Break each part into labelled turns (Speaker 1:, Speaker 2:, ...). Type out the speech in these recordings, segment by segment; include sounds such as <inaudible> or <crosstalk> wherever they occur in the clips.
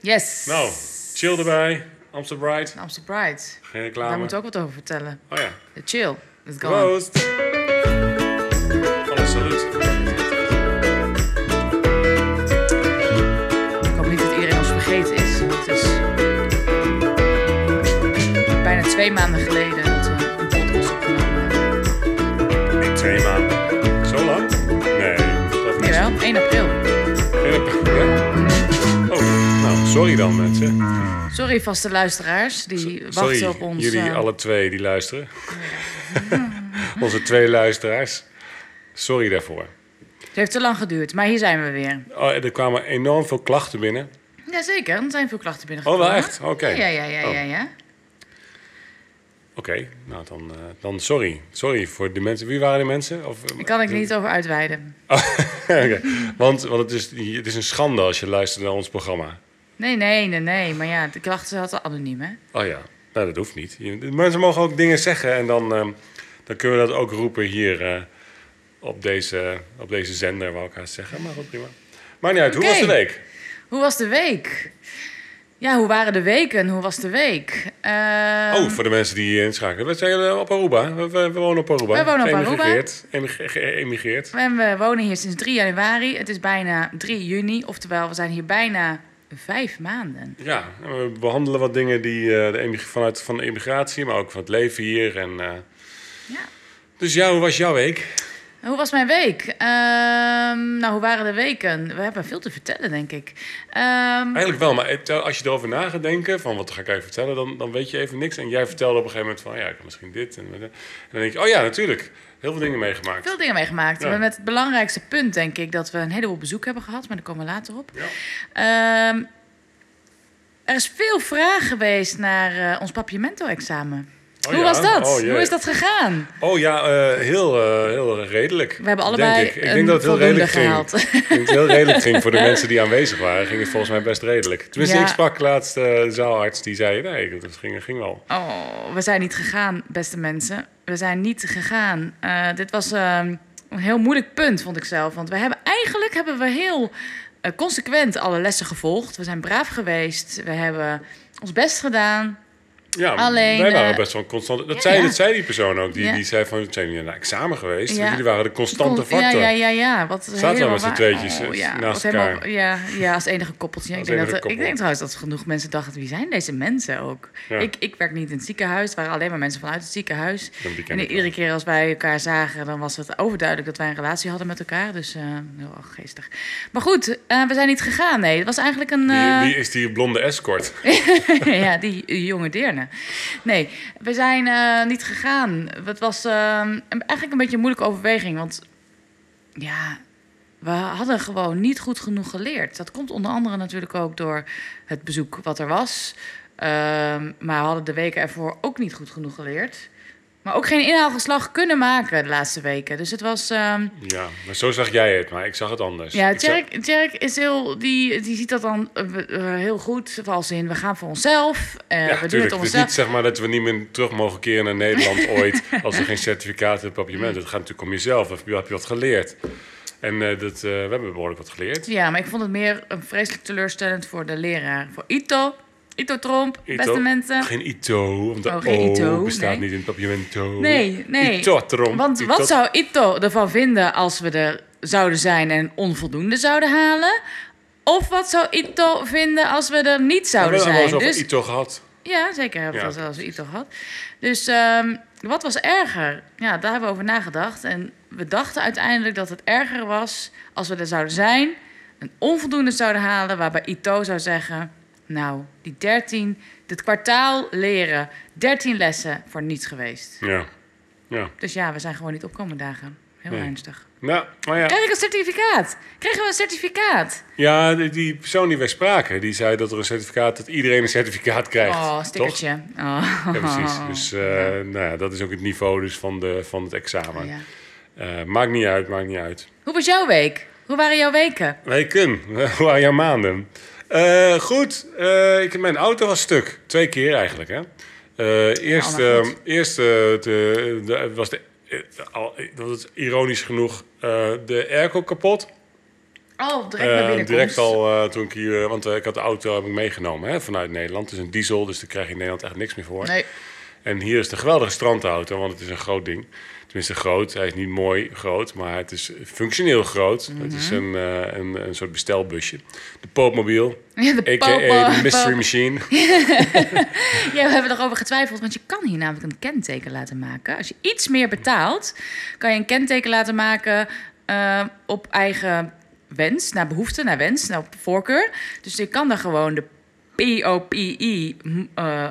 Speaker 1: Yes.
Speaker 2: Nou, chill erbij. Amsterdam Bright.
Speaker 1: Amsterdam Pride.
Speaker 2: Geen
Speaker 1: Daar
Speaker 2: reclame.
Speaker 1: moeten we ook wat over vertellen.
Speaker 2: Oh ja.
Speaker 1: De chill is gone.
Speaker 2: Proost. Alles salut.
Speaker 1: Ik hoop niet dat iedereen ons vergeten is. Het is bijna twee maanden geleden dat we een podcast opgenomen hebben.
Speaker 2: In twee maanden. Zo lang? Nee. Dat niet.
Speaker 1: Jawel, 1 april.
Speaker 2: Ja. Oh, nou, sorry dan mensen.
Speaker 1: Sorry vaste luisteraars, die wachten
Speaker 2: Sorry,
Speaker 1: op ons.
Speaker 2: jullie
Speaker 1: eh,
Speaker 2: alle twee die luisteren. <laughs> Onze twee luisteraars. Sorry daarvoor.
Speaker 1: Het heeft te lang geduurd, maar hier zijn we weer.
Speaker 2: Oh, er kwamen enorm veel klachten binnen.
Speaker 1: Jazeker, er zijn veel klachten
Speaker 2: Oh,
Speaker 1: binnengekomen.
Speaker 2: wel echt? Oké.
Speaker 1: Ja, ja, ja, ja,
Speaker 2: Oh,
Speaker 1: ja, ja.
Speaker 2: Oké, nou dan, eh, dan sorry. Sorry voor de mensen. Wie waren de mensen? Of, eh,
Speaker 1: Daar kan ik niet over uitweiden.
Speaker 2: <laughs> Oké, Want, want het, is, het is een schande als je luistert naar ons programma.
Speaker 1: Nee, nee, nee, nee. Maar ja, de klachten hadden anoniem, hè?
Speaker 2: Oh ja, nou dat hoeft niet. Je- de mensen mogen ook dingen zeggen en dan, ehm, dan kunnen we dat ook roepen hier eh, op, deze, op deze zender, wou ik haast zeggen. Maar goed, prima. Maar niet uit, hoe
Speaker 1: Oké.
Speaker 2: was de week?
Speaker 1: Hoe was de week? Ja, hoe waren de weken? Hoe was de week? Eh,
Speaker 2: oh, voor de mensen die hier inschakelen. We zijn eh, op Aruba. We, we- we wonen op Aruba.
Speaker 1: We wonen op Aruba.
Speaker 2: Geëmigreerd. Emig- Geëmigreerd.
Speaker 1: En we wonen hier sinds 3 januari. Het is bijna 3 juni. Oftewel, we zijn hier bijna vijf maanden.
Speaker 2: Ja, en we behandelen wat dingen die eh, de emig- vanuit van de immigratie, maar ook van het leven hier. En, eh,
Speaker 1: Ja.
Speaker 2: Dus ja, hoe was jouw week?
Speaker 1: En Hoe was mijn week? Ehm, nou, hoe waren de weken? We hebben veel te vertellen, denk ik. Ehm,
Speaker 2: Eigenlijk wel, maar het- als je erover na gaat denken, van wat ga ik even vertellen, dan, dan weet je even niks. En jij vertelde op een gegeven moment van, ja, ik heb misschien dit. En, en dan denk je, oh ja, natuurlijk. Heel veel dingen meegemaakt.
Speaker 1: veel dingen meegemaakt.
Speaker 2: Ja.
Speaker 1: Maar Met het belangrijkste punt, denk ik, dat we een heleboel bezoek hebben gehad. Maar daar komen we later op.
Speaker 2: Ja.
Speaker 1: Ehm, er is veel vraag geweest naar eh, ons papiamento-examen.
Speaker 2: Oh
Speaker 1: Hoe
Speaker 2: ja?
Speaker 1: was dat?
Speaker 2: Oh jee.
Speaker 1: Hoe is dat gegaan?
Speaker 2: Oh ja, eh, heel, eh, heel redelijk.
Speaker 1: We hebben allebei
Speaker 2: denk ik. Ik
Speaker 1: een
Speaker 2: denk dat het heel
Speaker 1: voldoende
Speaker 2: redelijk ging.
Speaker 1: gehaald. <laughs>
Speaker 2: Ik denk dat het heel redelijk ging voor de <laughs> mensen die aanwezig waren. Ging het volgens mij best redelijk. Tenminste,
Speaker 1: Ja.
Speaker 2: ik sprak laatst eh, de zaalarts, die zei, nee, dat ging, ging wel.
Speaker 1: Oh, we zijn niet gegaan, beste mensen. We zijn niet gegaan. Eh, dit was ehm, een heel moeilijk punt, vond ik zelf. Want we hebben eigenlijk hebben we heel eh, consequent alle lessen gevolgd. We zijn braaf geweest. We hebben ons best gedaan.
Speaker 2: Ja,
Speaker 1: Alleen,
Speaker 2: wij waren
Speaker 1: eh,
Speaker 2: best wel een constante. Dat,
Speaker 1: ja,
Speaker 2: zei,
Speaker 1: ja.
Speaker 2: dat zei die persoon ook. Die,
Speaker 1: Ja.
Speaker 2: die zei van, het zijn jullie naar examen geweest?
Speaker 1: Ja.
Speaker 2: Dus jullie waren de constante
Speaker 1: Kon-
Speaker 2: factor.
Speaker 1: Ja, ja, ja, ja. Wat
Speaker 2: Zaten we
Speaker 1: helemaal
Speaker 2: met z'n
Speaker 1: waar-
Speaker 2: tweetjes,
Speaker 1: Oh,
Speaker 2: eh,
Speaker 1: ja, wat
Speaker 2: naast
Speaker 1: helemaal-
Speaker 2: elkaar.
Speaker 1: Ja, ja, als enige koppeltje.
Speaker 2: Als
Speaker 1: ik, denk
Speaker 2: enige
Speaker 1: dat, ik
Speaker 2: koppel.
Speaker 1: denk trouwens dat genoeg mensen dachten... wie zijn deze mensen ook?
Speaker 2: Ja.
Speaker 1: Ik, ik werk niet in het ziekenhuis. Het waren alleen maar mensen vanuit het ziekenhuis.
Speaker 2: Ja, die ken
Speaker 1: En
Speaker 2: ik wel.
Speaker 1: iedere keer als wij elkaar zagen... dan was het overduidelijk dat wij een relatie hadden met elkaar. Dus eh, heel geestig. Maar goed, eh, we zijn niet gegaan, nee. Het was eigenlijk een... eh,
Speaker 2: Wie, wie is die blonde
Speaker 1: <laughs>
Speaker 2: escort?
Speaker 1: ja, die eh, jonge deerne. Nee, we zijn eh, niet gegaan. Het was eh, een- eigenlijk een beetje een moeilijke overweging. Want ja, we hadden gewoon niet goed genoeg geleerd. Dat komt onder andere natuurlijk ook door het bezoek wat er was. Ehm, maar we hadden de weken ervoor ook niet goed genoeg geleerd. Maar ook geen inhaalgeslag kunnen maken de laatste weken. Dus het was... ehm,
Speaker 2: Ja, maar zo zag jij het, maar ik zag het anders.
Speaker 1: ja,
Speaker 2: Dus Ik zag-
Speaker 1: Tjerk, Tjerk is heel, die, die ziet dat dan eh, we- eh, heel goed. Als in, we gaan voor onszelf. eh,
Speaker 2: Ja,
Speaker 1: we doen
Speaker 2: natuurlijk.
Speaker 1: het om
Speaker 2: Het is
Speaker 1: onszelf.
Speaker 2: niet zeg maar dat we niet meer terug mogen keren naar
Speaker 1: <laughs>
Speaker 2: Nederland ooit als we geen certificaat hebben op je Het gaat natuurlijk om jezelf. Heb je, heb je wat geleerd? En eh, dat, eh, we hebben behoorlijk wat geleerd.
Speaker 1: Ja, maar ik vond het meer een vreselijk teleurstellend voor de leraar. Voor Ito, Ito Tromp,
Speaker 2: Ito.
Speaker 1: beste mensen.
Speaker 2: Geen ITO, want de
Speaker 1: Oh, geen
Speaker 2: O
Speaker 1: ITO,
Speaker 2: bestaat
Speaker 1: nee.
Speaker 2: niet in het papiermento.
Speaker 1: Nee, nee.
Speaker 2: Ito-trom.
Speaker 1: Want
Speaker 2: Ito-
Speaker 1: wat zou Ito ervan vinden als we er zouden zijn en onvoldoende zouden halen? Of wat zou Ito vinden als we er niet
Speaker 2: We
Speaker 1: zouden
Speaker 2: hebben het wel eens
Speaker 1: zijn?
Speaker 2: over
Speaker 1: Dus,
Speaker 2: ITO gehad.
Speaker 1: ja, zeker hebben we
Speaker 2: Ja.
Speaker 1: dat wel eens over Ito gehad. Dus ehm, wat was erger? Ja, daar hebben we over nagedacht. En we dachten uiteindelijk dat het erger was als we er zouden zijn... een onvoldoende zouden halen, waarbij Ito zou zeggen... nou, die 13, dit kwartaal leren, 13 lessen voor niets geweest.
Speaker 2: Ja. ja.
Speaker 1: Dus ja, we zijn gewoon niet opkomende dagen. Heel
Speaker 2: Nee.
Speaker 1: ernstig.
Speaker 2: Nou, maar ja.
Speaker 1: Krijg ik een certificaat? Krijgen we een certificaat?
Speaker 2: ja, die- die persoon die wij spraken, die zei dat er een certificaat, dat iedereen een certificaat krijgt.
Speaker 1: oh,
Speaker 2: Toch?
Speaker 1: stickertje. Oh.
Speaker 2: Ja, precies. Dus eh, Nou ja, dat is ook het niveau dus van, de, van het
Speaker 1: <laughs>
Speaker 2: examen.
Speaker 1: Ja.
Speaker 2: Eh, maakt niet uit, maakt niet uit.
Speaker 1: Hoe was jouw week? Hoe waren jouw weken?
Speaker 2: <laughs> Weken, hoe waren jouw maanden? Eh, goed, eh, ik, mijn auto was stuk. Twee keer eigenlijk, hè? Eh, eerst
Speaker 1: Ja, maar
Speaker 2: eh,
Speaker 1: Oh, goed.
Speaker 2: eerst eh, de, de- was de, eh, al- dat is ironisch genoeg eh, de airco kapot.
Speaker 1: Oh, direct
Speaker 2: Eh,
Speaker 1: naar binnen
Speaker 2: direct al eh, toen ik hier, eh, want eh, ik had de auto heb ik meegenomen hè, vanuit Nederland. Het is een diesel, dus daar krijg je in Nederland echt niks meer voor.
Speaker 1: Nee, <laughs>
Speaker 2: En hier is de geweldige strandauto, want het is een groot ding. Tenminste, groot. Hij is niet mooi groot, maar het is functioneel groot. Het is
Speaker 1: Mhm.
Speaker 2: een, eh, een, een soort bestelbusje. De Poopmobiel,
Speaker 1: Ja, de
Speaker 2: a.k.a.
Speaker 1: popo-
Speaker 2: de Mystery
Speaker 1: popo- <laughs>
Speaker 2: Machine.
Speaker 1: Ja, we hebben erover getwijfeld, want je kan hier namelijk een kenteken laten maken. Als je iets meer betaalt, kan je een kenteken laten maken eh, op eigen wens, naar behoefte, naar wens, naar voorkeur. Dus je kan dan gewoon de POPI m- eh,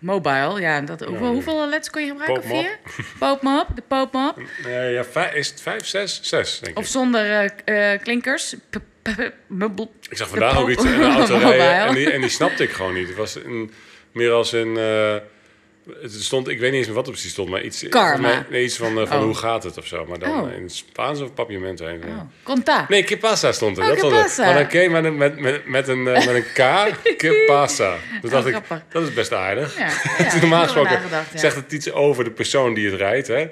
Speaker 1: mobile, ja, dat, hoeveel,
Speaker 2: ja.
Speaker 1: hoeveel letters kon je gebruiken?
Speaker 2: Poopmap.
Speaker 1: Vier?
Speaker 2: <laughs>
Speaker 1: Poopmap, de poopmap.
Speaker 2: Eh, ja, vij- is het vijf, zes? Zes, denk
Speaker 1: Of
Speaker 2: ik.
Speaker 1: zonder eh, eh, klinkers. P- p- p- mubbel.
Speaker 2: Ik zag
Speaker 1: de
Speaker 2: vandaag ook
Speaker 1: Poop-
Speaker 2: iets in
Speaker 1: <laughs>
Speaker 2: de auto
Speaker 1: Mobile.
Speaker 2: rijden en die, en die snapte ik gewoon niet. Het was een, meer als een... eh, het stond, ik weet niet eens meer wat er precies stond, maar iets...
Speaker 1: Karma.
Speaker 2: volgens mij- Nee, iets van, eh, van
Speaker 1: Oh.
Speaker 2: hoe gaat het of zo. Maar dan
Speaker 1: Oh.
Speaker 2: eh, in het Spaans of papiamento. heen.
Speaker 1: Oh, conta.
Speaker 2: Nee, que pasa stond er.
Speaker 1: Oh,
Speaker 2: dat
Speaker 1: que
Speaker 2: stond er.
Speaker 1: pasa.
Speaker 2: Maar dan K met een, met, met, met een, eh, met een K,
Speaker 1: <laughs>
Speaker 2: que pasa. Dus dacht ik,
Speaker 1: Oh, grappig.
Speaker 2: dat is best aardig. <laughs>
Speaker 1: Ja,
Speaker 2: Het is
Speaker 1: ja,
Speaker 2: Normaal
Speaker 1: ik heb erover
Speaker 2: gesproken
Speaker 1: nagedacht, ja.
Speaker 2: zegt het iets over de persoon die het rijdt. Hè?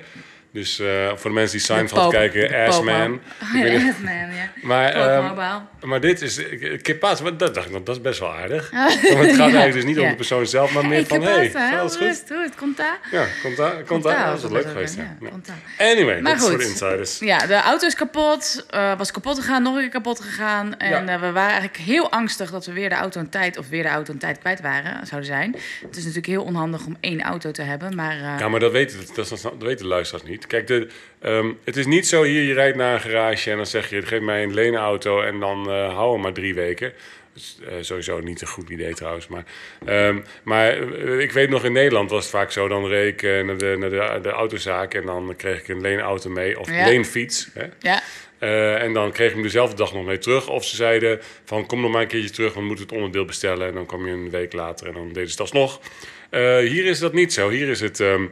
Speaker 2: Dus eh, voor de mensen die Seinfeld
Speaker 1: poop- de
Speaker 2: kijken,
Speaker 1: poopman. <laughs>
Speaker 2: Assman.
Speaker 1: Oh, ja, Ass Man, ja.
Speaker 2: Maar,
Speaker 1: Poop
Speaker 2: ehm,
Speaker 1: mobile.
Speaker 2: maar dit is, eh, que pasa, maar dat dacht ik, dat is best wel
Speaker 1: <laughs>
Speaker 2: aardig. Want het gaat eigenlijk dus niet om
Speaker 1: Ja.
Speaker 2: de persoon zelf, maar meer
Speaker 1: Hey,
Speaker 2: van,
Speaker 1: ¿qué
Speaker 2: hé,
Speaker 1: pasa?
Speaker 2: alles
Speaker 1: Hoe is
Speaker 2: goed?
Speaker 1: het? Hoe is het? Conta?
Speaker 2: Ja, komt daar, komt daar. Dat is wel leuk geweest. Ja. Ja. Anyway,
Speaker 1: Maar
Speaker 2: dat is voor de
Speaker 1: goed.
Speaker 2: insiders.
Speaker 1: Ja, de auto is kapot. eh, was kapot gegaan, nog een keer kapot gegaan. En
Speaker 2: Ja.
Speaker 1: eh, we waren eigenlijk heel angstig dat we weer de auto een tijd... of weer de auto een tijd kwijt waren, zouden zijn. Het is natuurlijk heel onhandig om één auto te hebben, maar... eh,
Speaker 2: Ja, maar dat weten, dat, dat, dat weten de luisteraars niet. Kijk, de, ehm, het is niet zo hier, je rijdt naar een garage en dan zeg je... geef mij een lenenauto en dan eh hou hem maar drie weken. Dat is, eh, sowieso niet een goed idee trouwens. Maar, ehm, maar eh, ik weet nog, in Nederland was het vaak zo... dan reed ik eh, naar, de, naar de, de autozaak en dan kreeg ik een leenauto mee of
Speaker 1: Ja.
Speaker 2: leenfiets. Hè?
Speaker 1: ja.
Speaker 2: Eh, en dan kreeg ik hem dezelfde dag nog mee terug. Of ze zeiden van kom nog maar een keertje terug, want we moeten het onderdeel bestellen. En dan kwam je een week later en dan deden ze het alsnog. Eh, hier is dat niet zo. Hier is het... ehm,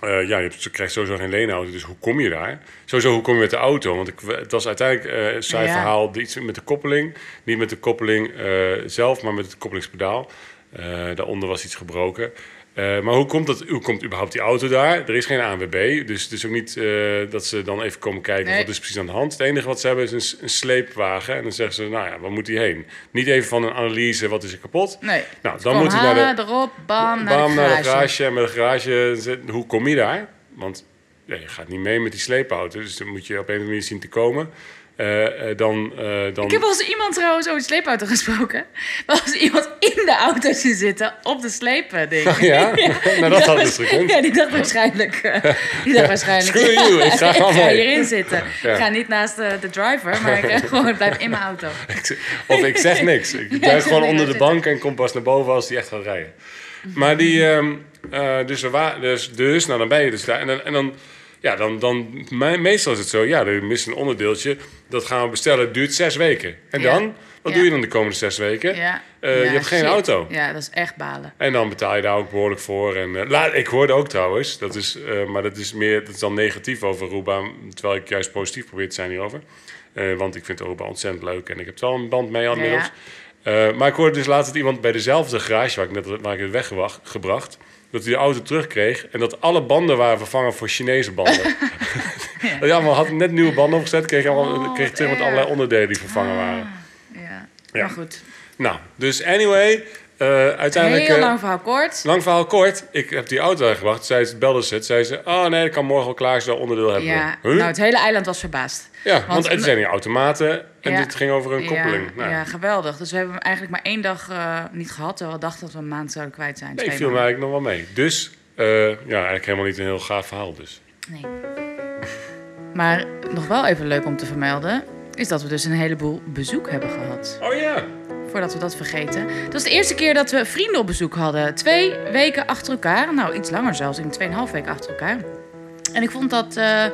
Speaker 2: eh, ja, je hebt- je krijgt sowieso geen leenauto, dus hoe kom je daar? Sowieso, hoe kom je met de auto? Want ik, het was uiteindelijk eh, een saai
Speaker 1: Ja.
Speaker 2: verhaal, iets met de koppeling. Niet met de koppeling eh, zelf, maar met het koppelingspedaal. Eh, daaronder was iets gebroken. Eh, maar hoe komt, dat, hoe komt überhaupt die auto daar? Er is geen ANWB, dus het is ook niet eh, dat ze dan even komen kijken
Speaker 1: Nee.
Speaker 2: wat is precies aan de hand. Het enige wat ze hebben is een, s- een sleepwagen. En dan zeggen ze, nou ja, waar moet die heen? Niet even van een analyse, wat is er kapot?
Speaker 1: Nee.
Speaker 2: Nou, dan
Speaker 1: Kom
Speaker 2: moet hij naar de
Speaker 1: halen, erop, bam, naar
Speaker 2: Bam,
Speaker 1: de
Speaker 2: naar de
Speaker 1: garage.
Speaker 2: garage. En met de garage, zit- hoe kom je daar? Want ja, je gaat niet mee met die sleepauto. Dus dan moet je op een of andere manier zien te komen. Eh, eh, dan, eh, dan...
Speaker 1: Ik
Speaker 2: <laughs>
Speaker 1: heb wel eens iemand trouwens over de sleepauto gesproken. Er was iemand in de auto zien zitten op de slepen ding. <laughs>
Speaker 2: Ja, nou <laughs> dat had dus gekund.
Speaker 1: Ja, die dacht waarschijnlijk. eh, Die dacht waarschijnlijk.
Speaker 2: Screw
Speaker 1: <laughs>
Speaker 2: you, ik ga gewoon mee.
Speaker 1: hierin zitten.
Speaker 2: Ja.
Speaker 1: Ik ga niet naast de, de driver, maar ik
Speaker 2: <laughs>
Speaker 1: eh, gewoon blijf in mijn auto.
Speaker 2: Of ik zeg
Speaker 1: <laughs>
Speaker 2: niks. Ik duik
Speaker 1: zegt
Speaker 2: gewoon
Speaker 1: niks,
Speaker 2: onder de
Speaker 1: zit er.
Speaker 2: bank en kom pas naar boven als die echt gaat rijden. Maar die, ehm, eh, dus, we wa- dus, dus, nou dan ben je dus daar. En dan, en dan ja, dan, dan me- meestal is het zo, ja, er mist een onderdeeltje. Dat gaan we bestellen, Het duurt zes weken. En
Speaker 1: Ja.
Speaker 2: dan? Wat
Speaker 1: Ja.
Speaker 2: doe je dan de komende zes weken?
Speaker 1: Ja.
Speaker 2: Eh, je
Speaker 1: Ja,
Speaker 2: hebt geen
Speaker 1: shit.
Speaker 2: auto.
Speaker 1: Ja, dat is echt balen.
Speaker 2: En dan betaal je daar ook behoorlijk voor. En, eh, la- ik hoorde ook trouwens, dat is, eh, maar dat is, meer, dat is dan negatief over Aruba. Terwijl ik juist positief probeer te zijn hierover. Eh, want ik vind Aruba ontzettend leuk en ik heb er al een band mee inmiddels.
Speaker 1: Ja.
Speaker 2: Eh, maar ik hoorde dus laatst dat iemand bij dezelfde garage waar ik, net, waar ik het weggebracht... dat hij de auto terugkreeg en dat alle banden waren vervangen voor Chinese
Speaker 1: <laughs>
Speaker 2: banden. ja. maar had net nieuwe banden opgezet, kreeg, allemaal,
Speaker 1: Oh,
Speaker 2: kreeg
Speaker 1: wat
Speaker 2: terug met
Speaker 1: erg.
Speaker 2: allerlei onderdelen die vervangen waren.
Speaker 1: Ja.
Speaker 2: Ja.
Speaker 1: Maar goed.
Speaker 2: Nou, dus anyway, eh, uiteindelijk...
Speaker 1: Heel
Speaker 2: eh,
Speaker 1: lang verhaal kort.
Speaker 2: Lang verhaal kort, ik heb die auto aangebracht. Zij ze- belde ze het, zei ze, oh nee, dat kan morgen wel klaar, ze dat onderdeel hebben.
Speaker 1: Ja.
Speaker 2: we." Huh?
Speaker 1: Nou, het hele eiland was verbaasd.
Speaker 2: ja, want,
Speaker 1: want-
Speaker 2: het zijn hier automaten en
Speaker 1: Ja.
Speaker 2: dit ging over een koppeling.
Speaker 1: Ja,
Speaker 2: nou,
Speaker 1: ja, geweldig. Dus we hebben hem eigenlijk maar één dag eh, niet gehad. Terwijl we dachten dat we een maand zouden kwijt zijn.
Speaker 2: nee, ik
Speaker 1: Twee
Speaker 2: viel me
Speaker 1: maanden.
Speaker 2: eigenlijk nog wel mee. Dus, eh, ja, eigenlijk helemaal niet een heel gaaf verhaal dus.
Speaker 1: Nee. Maar nog wel even leuk om te vermelden... is dat we dus een heleboel bezoek hebben gehad.
Speaker 2: Oh ja,
Speaker 1: Voordat we dat vergeten. Dat was de eerste keer dat we vrienden op bezoek hadden. Twee weken achter elkaar. Nou, iets langer zelfs. In tweeënhalf weken achter elkaar. En ik vond dat eh,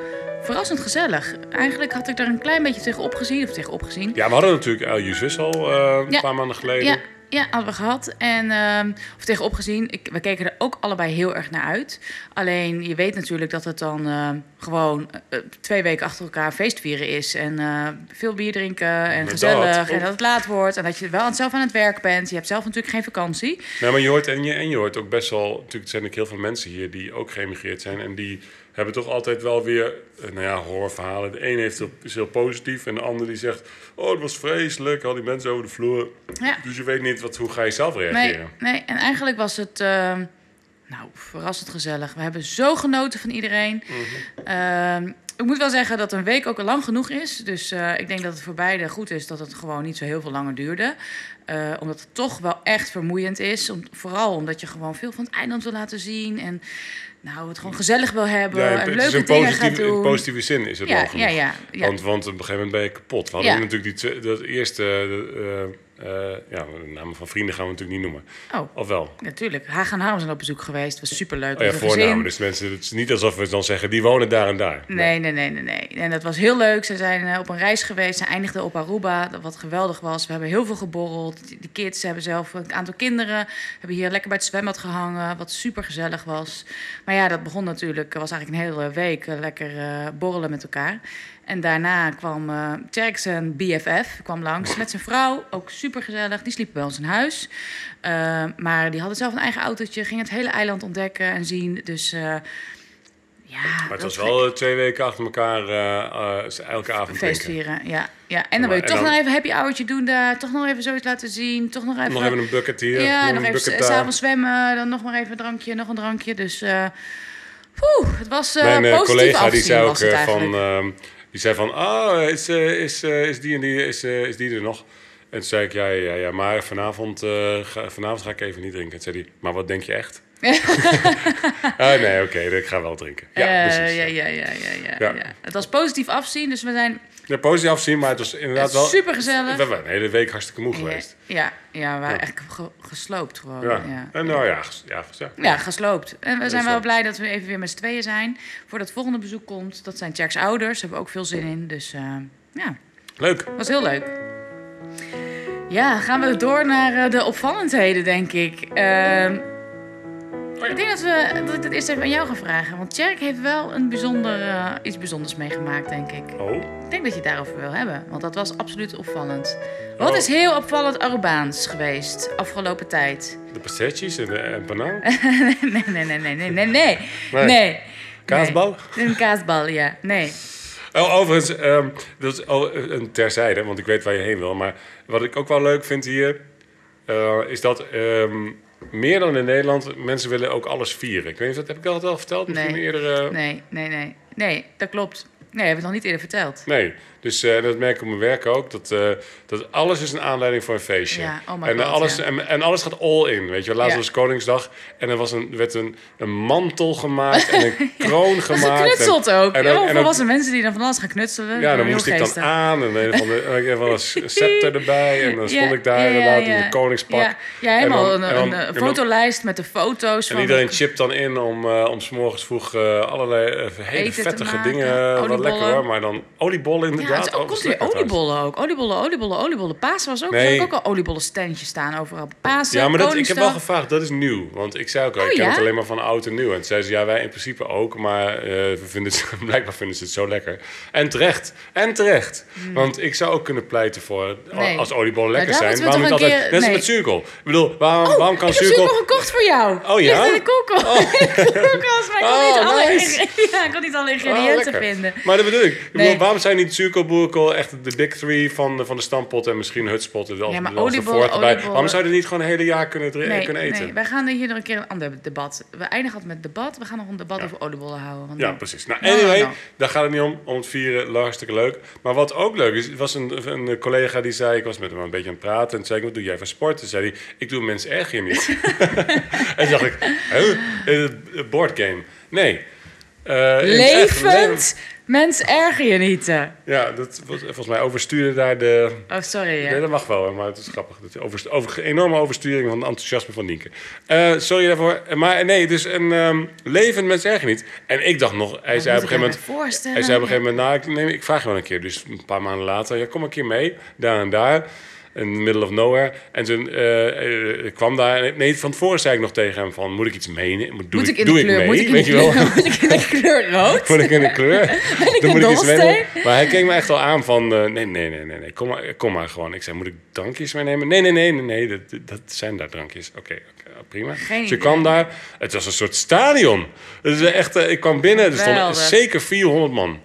Speaker 1: verrassend gezellig. Eigenlijk had ik daar een klein beetje tegen opgezien. Of tegen opgezien.
Speaker 2: ja we hadden natuurlijk El Zus al eh, een
Speaker 1: Ja.
Speaker 2: paar maanden geleden.
Speaker 1: Ja, ja, hadden we gehad. En, ehm of tegenop gezien, ik, we keken er ook allebei heel erg naar uit. Alleen, je weet natuurlijk dat het dan ehm, gewoon eh, eh, twee weken achter elkaar feestvieren is. En eh, veel bier drinken en
Speaker 2: Dat.
Speaker 1: gezellig. En dat het laat wordt. En dat je wel aan- zelf aan het werk bent. Je hebt zelf natuurlijk geen vakantie.
Speaker 2: Nou, maar je hoort, en, je, en je hoort ook best wel, natuurlijk zijn er heel veel mensen hier die ook geëmigreerd zijn en die hebben toch altijd wel weer, eh, nou ja, horrorverhalen. De een heeft, is heel positief en de ander die zegt... Oh, het was vreselijk, al die mensen over de vloer.
Speaker 1: Ja.
Speaker 2: Dus je weet niet, wat, hoe ga je zelf
Speaker 1: Nee,
Speaker 2: reageren?
Speaker 1: nee, en eigenlijk was het eh, nou, verrassend gezellig. We hebben zo genoten van iedereen.
Speaker 2: Mhm.
Speaker 1: Ehm, ik moet wel zeggen dat een week ook al lang genoeg is. Dus eh, ik denk dat het voor beide goed is dat het gewoon niet zo heel veel langer duurde. Eh, omdat het toch wel echt vermoeiend is. Om, vooral omdat je gewoon veel van het eiland wil laten zien. En nou, het gewoon gezellig wil hebben.
Speaker 2: Ja,
Speaker 1: en
Speaker 2: in- het is
Speaker 1: leuke
Speaker 2: in,
Speaker 1: dingen gaat
Speaker 2: positieve,
Speaker 1: doen.
Speaker 2: in positieve zin is het
Speaker 1: ja,
Speaker 2: wel genoeg.
Speaker 1: ja, ja, ja.
Speaker 2: Want, want op een gegeven moment ben je kapot. We hadden
Speaker 1: Ja.
Speaker 2: natuurlijk die twe- dat eerste... eh, eh, eh, ja, de namen van vrienden gaan we natuurlijk niet noemen.
Speaker 1: Oh,
Speaker 2: Of wel?
Speaker 1: natuurlijk. Haag en Harm zijn op bezoek geweest. was superleuk.
Speaker 2: Oh ja,
Speaker 1: met een gezin.
Speaker 2: voornamen. Dus mensen, het is niet alsof we dan zeggen, die wonen daar en daar.
Speaker 1: Nee, nee, nee, nee, nee. En dat was heel leuk. Ze zijn eh, op een reis geweest. Ze eindigden op Aruba, dat wat geweldig was. We hebben heel veel geborreld. Die- De kids hebben zelf een aantal kinderen. Hebben hier lekker bij het zwembad gehangen, wat super gezellig was. Maar ja, dat begon natuurlijk, eh, was eigenlijk een hele week eh, lekker eh, borrelen met elkaar. En daarna kwam eh Tjerk zijn BFF kwam langs met zijn vrouw. Ook super gezellig. Die sliepen bij ons in huis. Eh, maar die hadden zelf een eigen autootje. Ging het hele eiland ontdekken en zien. Dus eh, ja.
Speaker 2: Maar het
Speaker 1: dat
Speaker 2: was wel eh, twee weken achter elkaar eh, eh, elke avond
Speaker 1: Feest
Speaker 2: drinken.
Speaker 1: vieren, ja. ja. En dan wil je
Speaker 2: en
Speaker 1: toch
Speaker 2: dan-
Speaker 1: nog even happy hourtje doen daar. Toch nog even zoiets laten zien. Toch nog even...
Speaker 2: Nog even een bucket hier,
Speaker 1: ja,
Speaker 2: nog
Speaker 1: nog
Speaker 2: een
Speaker 1: even
Speaker 2: bucket
Speaker 1: s-
Speaker 2: daar.
Speaker 1: s'avonds zwemmen. Dan nog maar even een drankje, nog een drankje. Dus... eh poeh, het was eh
Speaker 2: Mijn eh,
Speaker 1: positief
Speaker 2: collega die
Speaker 1: afzien
Speaker 2: zei ook
Speaker 1: was het
Speaker 2: eh, van,
Speaker 1: eigenlijk.
Speaker 2: ehm, die zei van, ah, is, eh, is, eh, is die en die, is, eh, is die er nog? En toen zei ik, ja, ja, ja, ja, maar vanavond, eh, ga, vanavond ga ik even niet drinken. En zei hij, maar wat denk je
Speaker 1: <laughs>
Speaker 2: echt? ah, nee, oké, ik ga wel drinken. Ja,
Speaker 1: Eh,
Speaker 2: precies.
Speaker 1: ja,
Speaker 2: Ja.
Speaker 1: ja, ja, ja, ja,
Speaker 2: Ja.
Speaker 1: ja. Het was positief afzien, dus we zijn
Speaker 2: Ja, positief afzien, maar het was inderdaad wel...
Speaker 1: supergezellig.
Speaker 2: We waren een hele week hartstikke moe geweest.
Speaker 1: Ja, ja, we waren
Speaker 2: Ja.
Speaker 1: echt ge- gesloopt gewoon.
Speaker 2: Ja.
Speaker 1: Ja.
Speaker 2: En nou ja, ges- ja, gezellig.
Speaker 1: Ja, gesloopt. En we
Speaker 2: is
Speaker 1: zijn wel
Speaker 2: wel.
Speaker 1: blij dat we even weer met z'n tweeën zijn. Voordat het volgende bezoek komt, dat zijn Jack's ouders. Daar hebben we ook veel zin in. Dus eh, ja,
Speaker 2: Leuk.
Speaker 1: was heel leuk. Ja, gaan we door naar eh, de opvallendheden, denk ik. Ehm,
Speaker 2: ja.
Speaker 1: Ik denk dat, we, dat ik dat eerst even aan jou ga vragen. Want Tjerk heeft wel een bijzonder, eh, iets bijzonders meegemaakt, denk ik.
Speaker 2: Oh.
Speaker 1: Ik denk dat je het daarover wil hebben, want dat was absoluut opvallend. Wat
Speaker 2: Oh.
Speaker 1: is heel opvallend Arubaans geweest afgelopen tijd? <laughs>
Speaker 2: De pasteitjes en de en banaan.
Speaker 1: nee, nee, nee, nee, nee, nee, nee.
Speaker 2: Nee.
Speaker 1: nee.
Speaker 2: Kaasbal?
Speaker 1: Nee. Een kaasbal, ja. Nee.
Speaker 2: Oh, overigens, ehm, dat is al een terzijde, want ik weet waar je heen wil. Maar wat ik ook wel leuk vind hier, eh, is dat ehm, meer dan in Nederland mensen willen ook alles vieren. Ik weet niet of dat heb ik dat al verteld, misschien
Speaker 1: Nee.
Speaker 2: eerder. eh,
Speaker 1: Nee, nee, nee. Nee, dat klopt. Nee, heb ik nog niet eerder verteld.
Speaker 2: Nee, dus eh, dat merk ik op mijn werk ook. Dat, eh, dat alles is een aanleiding voor een feestje.
Speaker 1: Ja, oh my
Speaker 2: en, eh,
Speaker 1: God,
Speaker 2: alles,
Speaker 1: ja.
Speaker 2: en, en alles gaat all in, weet je. Laatst
Speaker 1: Ja.
Speaker 2: was Koningsdag en er was een, werd een, een mantel gemaakt en
Speaker 1: <laughs>
Speaker 2: een kroon
Speaker 1: Dat is
Speaker 2: gemaakt.
Speaker 1: geknutseld
Speaker 2: en-
Speaker 1: ook.
Speaker 2: en
Speaker 1: Heel
Speaker 2: en
Speaker 1: volwassen mensen die dan van alles gaan knutselen.
Speaker 2: Ja,
Speaker 1: Heel
Speaker 2: dan moest ik dan
Speaker 1: geestig.
Speaker 2: aan en een van de,
Speaker 1: <laughs>
Speaker 2: een van een scepter erbij. En dan stond ik daar
Speaker 1: ja, ja,
Speaker 2: inderdaad
Speaker 1: ja.
Speaker 2: in een koningspak.
Speaker 1: Ja, ja helemaal
Speaker 2: En dan-
Speaker 1: een,
Speaker 2: en dan-
Speaker 1: een, eh,
Speaker 2: en dan-
Speaker 1: fotolijst met de foto's
Speaker 2: En
Speaker 1: van...
Speaker 2: iedereen chipt dan in om, eh om s'morgens vroeg eh, allerlei eh, hele
Speaker 1: Eten te
Speaker 2: vettige
Speaker 1: maken,
Speaker 2: dingen. eh, Wat
Speaker 1: oliebollen.
Speaker 2: lekker hoor, maar dan oliebollen
Speaker 1: ja,
Speaker 2: inderdaad.
Speaker 1: het is ook
Speaker 2: Oh, dat is
Speaker 1: continu
Speaker 2: lekker trouwens.
Speaker 1: oliebollen ook. Oliebollen, oliebollen, oliebollen. Pasen was ook,
Speaker 2: Nee.
Speaker 1: zag ik ook al oliebollen standjes staan overal. Pasen,
Speaker 2: Ja, maar dat, ik heb wel
Speaker 1: Koningsdag.
Speaker 2: gevraagd, dat is nieuw. Want ik zei ook al,
Speaker 1: Oh,
Speaker 2: ik ken
Speaker 1: ja?
Speaker 2: het alleen maar van oud en nieuw. En toen zei ze, ja, wij in principe ook, maar eh, we vinden het, blijkbaar vinden ze het zo lekker. En terecht, en terecht. Want ik zou ook kunnen pleiten voor,
Speaker 1: Nee.
Speaker 2: als oliebollen
Speaker 1: Maar
Speaker 2: lekker
Speaker 1: daar
Speaker 2: zijn,
Speaker 1: moeten we
Speaker 2: waarom niet
Speaker 1: toch
Speaker 2: altijd...
Speaker 1: een
Speaker 2: Net
Speaker 1: keer-
Speaker 2: als
Speaker 1: nee.
Speaker 2: met zuurkool. Ik bedoel, waarom,
Speaker 1: Oh,
Speaker 2: waarom kan
Speaker 1: ik heb
Speaker 2: zuurkool...
Speaker 1: zuurkool gekocht voor jou.
Speaker 2: Oh, ja?
Speaker 1: Ligt in de koelkast. <laughs> In de koelkast, maar ik kon,
Speaker 2: Oh,
Speaker 1: niet alle
Speaker 2: nice.
Speaker 1: ingre- <laughs> ja, ik kon niet alle
Speaker 2: Ah,
Speaker 1: ingrediënten
Speaker 2: lekker.
Speaker 1: vinden.
Speaker 2: Maar dat bedoel ik. ik
Speaker 1: Nee.
Speaker 2: bedoel, waarom zijn niet zuurkool, boerkool echt de big three van de, van de stampot en misschien hutspot? En
Speaker 1: Ja, maar oliebollen,
Speaker 2: oliebollen,
Speaker 1: oliebollen.
Speaker 2: Waarom zou je dit niet gewoon het hele jaar kunnen, dri- kunnen eten?
Speaker 1: nee, wij gaan hier nog een keer een ander debat. We eindigen altijd met debat. We gaan nog een debat over oliebollen houden. Want
Speaker 2: Ja,
Speaker 1: dan-
Speaker 2: precies. Nou,
Speaker 1: Nou, nou,
Speaker 2: anyway,
Speaker 1: nou.
Speaker 2: daar gaat het niet om. Om het vieren, hartstikke leuk. Maar wat ook leuk is, was een, een collega die zei... Ik was met hem een beetje aan het praten. En toen zei ik, wat doe jij voor sport? Toen zei hij, ik doe mens erg hier
Speaker 1: <laughs>
Speaker 2: niet. <laughs> en toen dacht ik, huh? Eh, board game. Nee. Eh, in het echt
Speaker 1: Levend mens erger je niet. eh.
Speaker 2: Ja, dat was, volgens mij overstuurde daar de...
Speaker 1: Oh, sorry.
Speaker 2: Nee,
Speaker 1: Ja.
Speaker 2: dat mag wel, hè, maar het is grappig. Dat over, over, enorme oversturing van het enthousiasme van Nienke. Eh, sorry daarvoor. Maar nee, dus een ehm, levend mens erg niet. En ik dacht nog, hij zei op een gegeven moment...
Speaker 1: Voorstellen.
Speaker 2: Hij zei op een gegeven moment, nou, ik, neem, ik vraag je wel een keer. Dus een paar maanden later, ja, kom een keer mee, daar en daar. in the middle of nowhere. En toen eh, eh, kwam daar... Nee, van tevoren zei ik nog tegen hem van... Moet ik iets meenemen? Doe
Speaker 1: moet
Speaker 2: ik,
Speaker 1: ik in
Speaker 2: doe
Speaker 1: de
Speaker 2: ik
Speaker 1: kleur,
Speaker 2: mee?
Speaker 1: moet ik in de
Speaker 2: Weet je wel?
Speaker 1: kleur, moet ik in de
Speaker 2: <laughs>
Speaker 1: kleur rood?
Speaker 2: Moet ik in de kleur?
Speaker 1: <laughs> Ben ik
Speaker 2: Dan
Speaker 1: een
Speaker 2: moet ik iets
Speaker 1: dobbelsteen?
Speaker 2: meenemen. Maar hij keek me echt al aan van... eh, nee, nee, nee, nee, nee. Kom, maar, kom maar gewoon. Ik zei, moet ik drankjes meenemen? Nee, nee, nee, nee, nee. Dat, dat zijn daar drankjes. Oké, oké, prima.
Speaker 1: Geen
Speaker 2: dus ik
Speaker 1: idee.
Speaker 2: kwam daar. Het was een soort stadion. Dus echt, eh, ik kwam binnen. Er stonden
Speaker 1: Geweldig.
Speaker 2: zeker 400
Speaker 1: <laughs>
Speaker 2: man.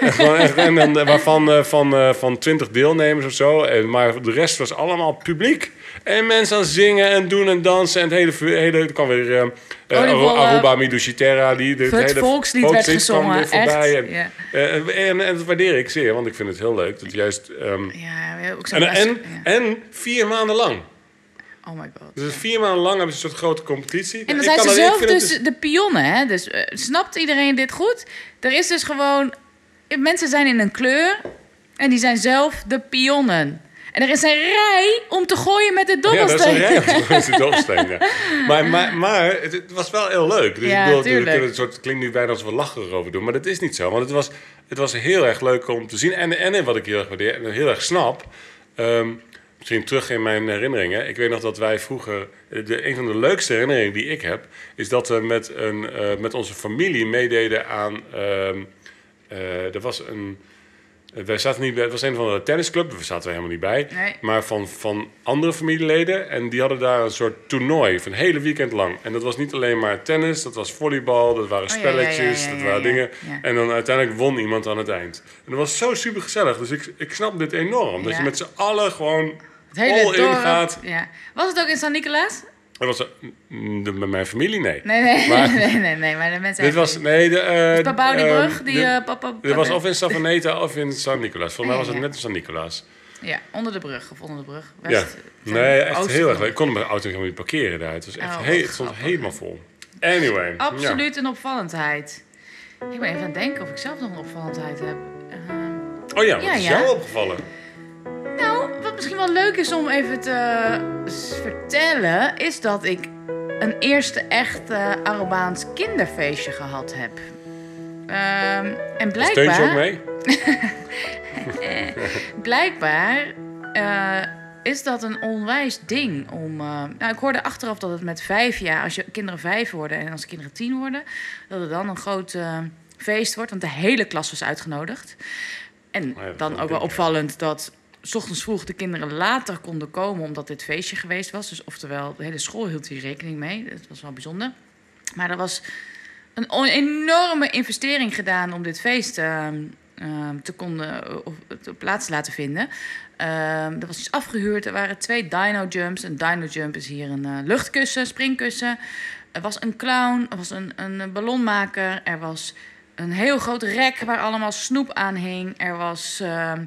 Speaker 2: Echt gewoon echt, en dan, eh, waarvan eh, van, eh, van 20 deelnemers of zo. En, maar de rest was allemaal publiek. En mensen aan het zingen en doen en dansen. En het hele... vu- hele er kwam weer... eh, eh,
Speaker 1: Oliebollen.
Speaker 2: Aruba Midushi Terra, die, de,
Speaker 1: Het volkslied werd
Speaker 2: kwam
Speaker 1: gezongen,
Speaker 2: weer voorbij.
Speaker 1: echt,
Speaker 2: En,
Speaker 1: ja.
Speaker 2: eh, en, en dat waardeer ik zeer, want ik vind het heel leuk. Dat juist, ehm,
Speaker 1: Ja, ook zo'n
Speaker 2: en, en,
Speaker 1: ja.
Speaker 2: en vier maanden lang.
Speaker 1: Oh my god.
Speaker 2: Dus vier maanden lang hebben ze een soort grote competitie.
Speaker 1: En dan
Speaker 2: Ik
Speaker 1: zijn
Speaker 2: kan
Speaker 1: ze
Speaker 2: dat- ik
Speaker 1: zelf
Speaker 2: vind het
Speaker 1: dus de pionnen, hè? Dus eh, snapt iedereen dit goed? Er is dus gewoon... eh, Mensen zijn in een kleur en die zijn zelf de pionnen. En er is een rij om te gooien met de
Speaker 2: Ja, dat is een
Speaker 1: dobbelsteen.
Speaker 2: rij op de
Speaker 1: <laughs>
Speaker 2: dobbelsteen, ja. Maar, maar, maar het, het was wel heel leuk. Dus
Speaker 1: Ja,
Speaker 2: ik bedoel, we
Speaker 1: tuurlijk.
Speaker 2: kunnen het soort, het klinkt nu bijna alsof we lachen erover doen. Maar dat is niet zo. Want het was, het was heel erg leuk om te zien. En, en wat ik heel erg waardeer en heel erg snap... ehm, misschien terug in mijn herinneringen. Ik weet nog dat wij vroeger... De, een van de leukste herinneringen die ik heb... is dat we met, een, eh, met onze familie meededen aan... ehm, eh, er was een... eh, Wij zaten niet bij, het was een van de tennisclub, daar zaten we helemaal niet bij.
Speaker 1: Nee.
Speaker 2: Maar van, van andere familieleden. En die hadden daar een soort toernooi van een hele weekend lang. En dat was niet alleen maar tennis, dat was volleybal, dat waren
Speaker 1: Oh, ja, ja, ja, ja,
Speaker 2: spelletjes,
Speaker 1: ja,
Speaker 2: dat
Speaker 1: ja,
Speaker 2: waren
Speaker 1: ja.
Speaker 2: dingen.
Speaker 1: Ja.
Speaker 2: En dan uiteindelijk won iemand aan het eind. En dat was zo super gezellig. Dus ik, ik snap dit enorm. Dat
Speaker 1: Ja.
Speaker 2: je met z'n allen gewoon
Speaker 1: Het hele
Speaker 2: all in
Speaker 1: dorp.
Speaker 2: gaat.
Speaker 1: Ja. Was het ook in San Nicolaas?
Speaker 2: Dat was mm, de- met mijn familie, nee.
Speaker 1: Nee, nee,
Speaker 2: Maar-
Speaker 1: <laughs> nee, nee, nee, maar de mensen...
Speaker 2: Dit was, nee, de... eh,
Speaker 1: Papa Bouwdenbrug,
Speaker 2: ehm,
Speaker 1: die...
Speaker 2: de-
Speaker 1: eh, papa,
Speaker 2: Dit was of in Savaneta of in San Nicolaas. Volgens mij
Speaker 1: Ja,
Speaker 2: was het
Speaker 1: ja.
Speaker 2: net in San Nicolaas.
Speaker 1: Ja, onder de brug, of onder de brug.
Speaker 2: Ja.
Speaker 1: West,
Speaker 2: Nee, echt
Speaker 1: Oosten-
Speaker 2: heel erg leuk. Ik kon mijn auto helemaal niet parkeren daar. Het was echt
Speaker 1: Oh, wat
Speaker 2: heel- het stond
Speaker 1: grappig.
Speaker 2: helemaal vol. Anyway. ja.
Speaker 1: Absoluut een opvallendheid. Ik ben even aan het denken of ik zelf nog een opvallendheid heb. Ehm,
Speaker 2: Oh ja, wat
Speaker 1: Ja,
Speaker 2: is
Speaker 1: ja.
Speaker 2: jou opgevallen?
Speaker 1: Nou, wat misschien wel leuk is om even te s- vertellen, is dat ik een eerste echt eh, Arubaans kinderfeestje gehad heb. Ehm, en
Speaker 2: Steunt je ook
Speaker 1: blijkbaar,
Speaker 2: mee?
Speaker 1: blijkbaar eh, is dat een onwijs ding om. eh, nou, ik hoorde achteraf dat het met vijf jaar, als je kinderen vijf worden en als kinderen tien worden, dat het dan een groot eh, feest wordt, want de hele klas was uitgenodigd. En
Speaker 2: Oh ja, dat is
Speaker 1: dan
Speaker 2: wel
Speaker 1: ook wel
Speaker 2: dik, ja.
Speaker 1: opvallend dat 's ochtends vroeg de kinderen later konden komen omdat dit feestje geweest was. Dus oftewel, de hele school hield hier rekening mee. Dat was wel bijzonder. Maar er was een o- enorme investering gedaan om dit feest ehm, ehm, te konden, of, te plaats te laten vinden. Ehm, er was iets afgehuurd. Er waren twee dino jumps. Een dino jump is hier een eh, luchtkussen, springkussen. Er was een clown, er was een, een ballonmaker, er was een heel groot rek waar allemaal snoep aan hing. Er was ehm,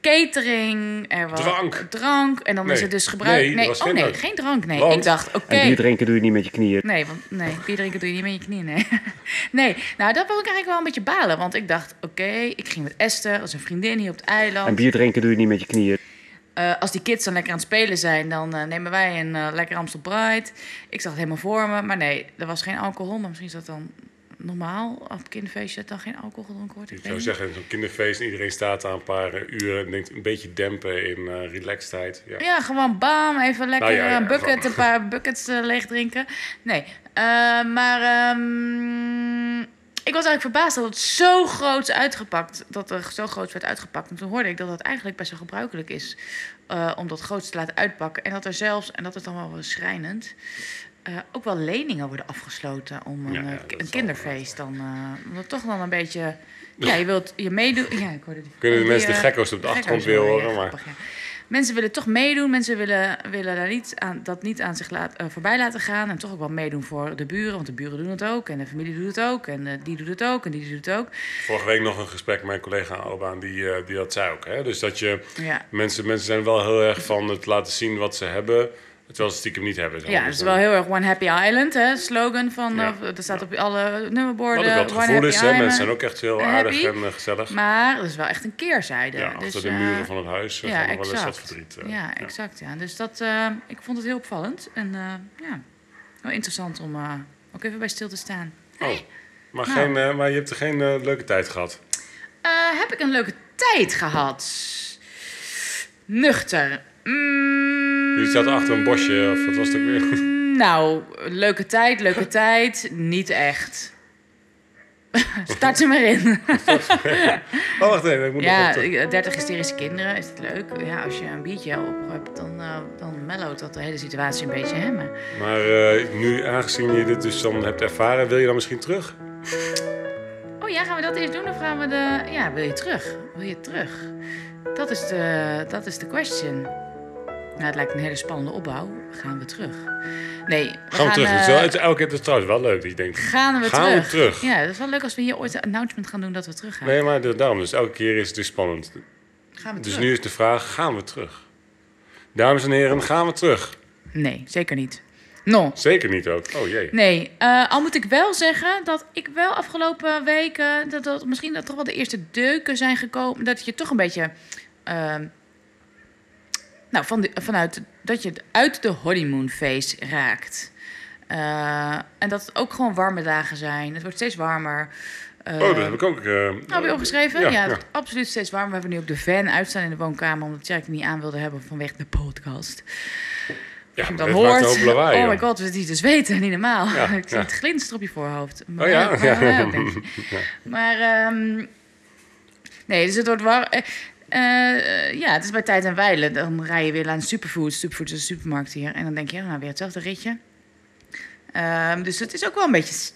Speaker 1: catering, er was
Speaker 2: Drank.
Speaker 1: drank. En dan is
Speaker 2: Nee.
Speaker 1: het dus gebruikt.
Speaker 2: Nee, er was
Speaker 1: oh
Speaker 2: geen
Speaker 1: nee,
Speaker 2: drank.
Speaker 1: geen drank. Nee,
Speaker 2: Want-
Speaker 1: ik dacht, oké.
Speaker 3: En bier drinken doe je niet met je knieën.
Speaker 1: Nee, want nee, bier drinken doe je niet met je knieën. Nee, <laughs> nee nou, dat wil ik eigenlijk wel een beetje balen. Want ik dacht, oké, ik ging met Esther, dat is een vriendin hier op het eiland.
Speaker 3: En bier drinken doe je niet met je knieën.
Speaker 1: Eh, als die kids dan lekker aan het spelen zijn, dan eh, nemen wij een eh, lekker Amstel Bright. Ik zag het helemaal voor me, maar nee, er was geen alcohol. Maar misschien is dat dan normaal op kinderfeestje dat dan geen alcohol gedronken wordt.
Speaker 2: Ik
Speaker 1: weet
Speaker 2: zou
Speaker 1: niet.
Speaker 2: zeggen, zo'n kinderfeest en iedereen staat daar een paar eh, uren en denkt een beetje dempen in eh relaxedheid. Ja. Nou
Speaker 1: Ja, gewoon bam, even lekker
Speaker 2: ja, ja,
Speaker 1: een bucket,
Speaker 2: gewoon.
Speaker 1: een
Speaker 2: <laughs>
Speaker 1: paar buckets eh, leeg drinken. Nee, eh, maar ehm, ik was eigenlijk verbaasd dat het zo groots uitgepakt, dat er zo groots werd uitgepakt. En toen hoorde ik dat dat eigenlijk best wel gebruikelijk is eh, om dat groots te laten uitpakken. En dat er zelfs, en dat is dan wel wel schrijnend, eh, ook wel leningen worden afgesloten om een,
Speaker 2: Ja, ja,
Speaker 1: eh,
Speaker 2: dat
Speaker 1: ki-
Speaker 2: zal
Speaker 1: een kinderfeest dan, eh, omdat toch dan een
Speaker 2: <laughs>
Speaker 1: beetje, ja, je wilt je meedoen. Ja, ik hoorde die.
Speaker 2: Kunnen de
Speaker 1: die,
Speaker 2: mensen de
Speaker 1: eh,
Speaker 2: gekko's op de achtergrond weer
Speaker 1: gekko's
Speaker 2: horen,
Speaker 1: ja,
Speaker 2: maar
Speaker 1: grappig, ja. Mensen willen toch meedoen. Mensen willen, willen daar niet aan, dat niet aan zich laat, eh, voorbij laten gaan. En toch ook wel meedoen voor de buren. Want de buren doen het ook. En de familie doet het ook. En eh, die doet het ook. En die doet het ook.
Speaker 2: vorige week nog een gesprek met mijn collega Albaan, die, eh, die dat zei ook. Hè? Dus dat je,
Speaker 1: Ja,
Speaker 2: mensen, mensen zijn wel heel erg van het laten zien wat ze hebben, terwijl ze stiekem niet hebben. zeg maar.
Speaker 1: ja dat
Speaker 2: Dus
Speaker 1: is
Speaker 2: dan-
Speaker 1: wel heel erg One Happy Island. Hè? Slogan van,
Speaker 2: Ja.
Speaker 1: eh, dat staat op alle
Speaker 2: Wat ook
Speaker 1: nummerborden.
Speaker 2: wel het
Speaker 1: One
Speaker 2: gevoel
Speaker 1: Happy
Speaker 2: is, hè? mensen
Speaker 1: Island.
Speaker 2: zijn ook echt heel
Speaker 1: Eh,
Speaker 2: aardig
Speaker 1: happy.
Speaker 2: en eh, gezellig.
Speaker 1: Maar dat is wel echt een keerzijde.
Speaker 2: Ja,
Speaker 1: dus,
Speaker 2: achter de
Speaker 1: eh,
Speaker 2: muren van het huis eh,
Speaker 1: ja,
Speaker 2: gaan nog wel eens
Speaker 1: exact.
Speaker 2: dat verdriet. eh,
Speaker 1: ja, exact. Ja. Dus dat, eh, ik vond het heel opvallend. En eh, ja, wel interessant om eh, ook even bij stil te staan.
Speaker 2: Oh, maar,
Speaker 1: Nou.
Speaker 2: geen, eh, maar je hebt er geen eh, leuke tijd gehad.
Speaker 1: Eh, heb ik een leuke tijd gehad? Nuchter. Mm,
Speaker 2: Jullie zaten achter een bosje, of wat was het ook weer?
Speaker 1: Nou, leuke tijd, leuke tijd. Niet echt. <laughs> Start er maar <laughs> in.
Speaker 2: Oh, wacht even, ik moet
Speaker 1: Ja,
Speaker 2: nog wat...
Speaker 1: eh, 30 hysterische kinderen, is het leuk? Ja, als je een biertje op hebt, dan, eh, dan mellowt dat de hele situatie een beetje hè, maar
Speaker 2: Maar eh, nu, aangezien je dit dus dan hebt ervaren, wil je dan misschien terug?
Speaker 1: Oh ja, gaan we dat eerst doen of gaan we de... Ja, wil je terug? Wil je terug? Dat is de, dat is de question. Nou, het lijkt een hele spannende opbouw. Gaan we terug? Nee, we
Speaker 2: Gaan we terug?
Speaker 1: eh,
Speaker 2: Het is wel- het is elke keer het is trouwens wel leuk dat je denkt...
Speaker 1: Gaan we
Speaker 2: Gaan we
Speaker 1: terug?
Speaker 2: terug?
Speaker 1: Ja, dat is wel leuk als we hier ooit een announcement gaan doen dat we terug gaan.
Speaker 2: Nee, maar de- daarom. Dus elke keer is het dus spannend.
Speaker 1: gaan we
Speaker 2: Dus
Speaker 1: terug?
Speaker 2: nu is de vraag, gaan we terug? Dames en heren, gaan we terug?
Speaker 1: Nee, zeker niet. No.
Speaker 2: Zeker niet ook. Oh jee.
Speaker 1: Nee, eh, al moet ik wel zeggen dat ik wel afgelopen weken... Dat, dat misschien dat toch wel de eerste deuken zijn gekomen... dat je toch een beetje... ehm, nou, van de, vanuit dat je uit de honeymoon phase raakt. Eh, en dat het ook gewoon warme dagen zijn. Het wordt steeds warmer. Eh,
Speaker 2: Oh, dat heb ik ook. eh,
Speaker 1: nou, heb je opgeschreven?
Speaker 2: Ja,
Speaker 1: Ja,
Speaker 2: ja.
Speaker 1: het wordt absoluut steeds warm. We hebben nu ook de fan uitstaan in de woonkamer... omdat Jack het niet aan wilde hebben vanwege de podcast.
Speaker 2: ja,
Speaker 1: Als je
Speaker 2: dat
Speaker 1: hem dan hoort.
Speaker 2: maakt een hoop lawaai.
Speaker 1: oh
Speaker 2: joh.
Speaker 1: my god, we zitten te zweten, niet normaal.
Speaker 2: Ja,
Speaker 1: <laughs> ik zie
Speaker 2: ja.
Speaker 1: het glinster op je voorhoofd. Maar, eh,
Speaker 2: Oh ja? <laughs>
Speaker 1: maar-
Speaker 2: Ja.
Speaker 1: maar- Maar, ehm, nee, dus het wordt warm. Eh, eh, ja, het is bij tijd en wijlen. Dan rij je weer aan Superfood. Superfood is een supermarkt hier. En dan denk je, ja, nou weer hetzelfde ritje. Ehm, dus het is ook wel een beetje... s-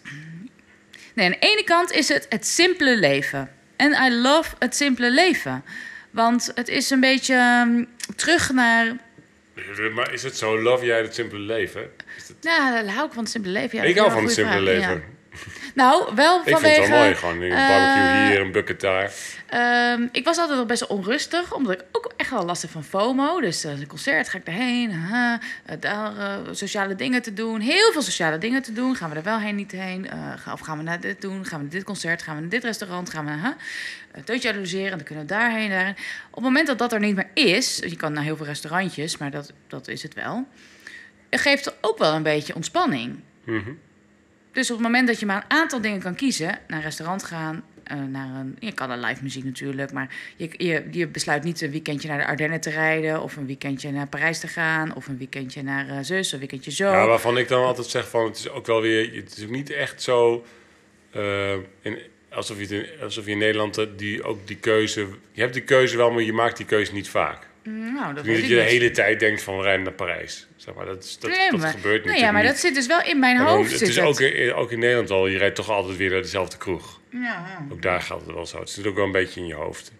Speaker 1: Nee, aan de ene kant is het het simpele leven. En I love het simpele leven. Want het is een beetje ehm, terug naar...
Speaker 2: Maar is het zo, love jij het simpele leven? Is het-
Speaker 1: Ja, daar hou ik van het simpele leven. Ja,
Speaker 2: ik
Speaker 1: dat is
Speaker 2: hou
Speaker 1: wel
Speaker 2: van
Speaker 1: een
Speaker 2: het
Speaker 1: goede
Speaker 2: simpele
Speaker 1: vraag,
Speaker 2: leven.
Speaker 1: ja. Nou, wel
Speaker 2: Ik
Speaker 1: vanwege...
Speaker 2: vind het wel mooi. Gewoon een barbecue
Speaker 1: eh,
Speaker 2: hier, een bucket daar.
Speaker 1: Ehm, ik was altijd nog best wel onrustig, omdat ik ook echt wel last heb van FOMO. Dus eh, een concert ga ik daarheen, haha, eh, daar eh, sociale dingen te doen. Heel veel sociale dingen te doen. Gaan we er wel heen, niet heen? Eh, ga- of gaan we naar dit doen? Gaan we naar dit concert? Gaan we naar dit restaurant? Gaan we naar huh? een teutje analyseren? Dan kunnen we daarheen, daarheen. Op het moment dat dat er niet meer is, je kan naar heel veel restaurantjes, maar dat, dat is het wel. Het geeft ook wel een beetje ontspanning.
Speaker 2: Mhm.
Speaker 1: Dus op het moment dat je maar een aantal dingen kan kiezen, naar een restaurant gaan, eh, naar een, je kan naar live muziek natuurlijk, maar je, je, je besluit niet een weekendje naar de Ardennen te rijden, of een weekendje naar Parijs te gaan, of een weekendje naar eh, zus, of een weekendje zo.
Speaker 2: Ja, Nou, waarvan ik dan altijd zeg van, het is ook wel weer... Het is ook niet echt zo... eh, in, alsof, je het in, alsof je in Nederland eh, die, ook die keuze... Je hebt die keuze wel, maar je maakt die keuze niet vaak.
Speaker 1: nou, dat
Speaker 2: Niet
Speaker 1: weet
Speaker 2: dat
Speaker 1: ik
Speaker 2: je de
Speaker 1: niet.
Speaker 2: hele tijd denkt van, we rijden naar Parijs. Zeg maar, dat, is- dat,
Speaker 1: Nee,
Speaker 2: dat
Speaker 1: maar-
Speaker 2: gebeurt
Speaker 1: Nou ja, maar
Speaker 2: natuurlijk
Speaker 1: dat zit dus wel in mijn
Speaker 2: En dan-
Speaker 1: hoofd.
Speaker 2: het
Speaker 1: zit
Speaker 2: is
Speaker 1: het.
Speaker 2: ook in, ook in Nederland al, je rijdt toch altijd weer naar dezelfde kroeg.
Speaker 1: Ja.
Speaker 2: Ook daar geldt het wel zo. Het zit ook wel een beetje in je hoofd.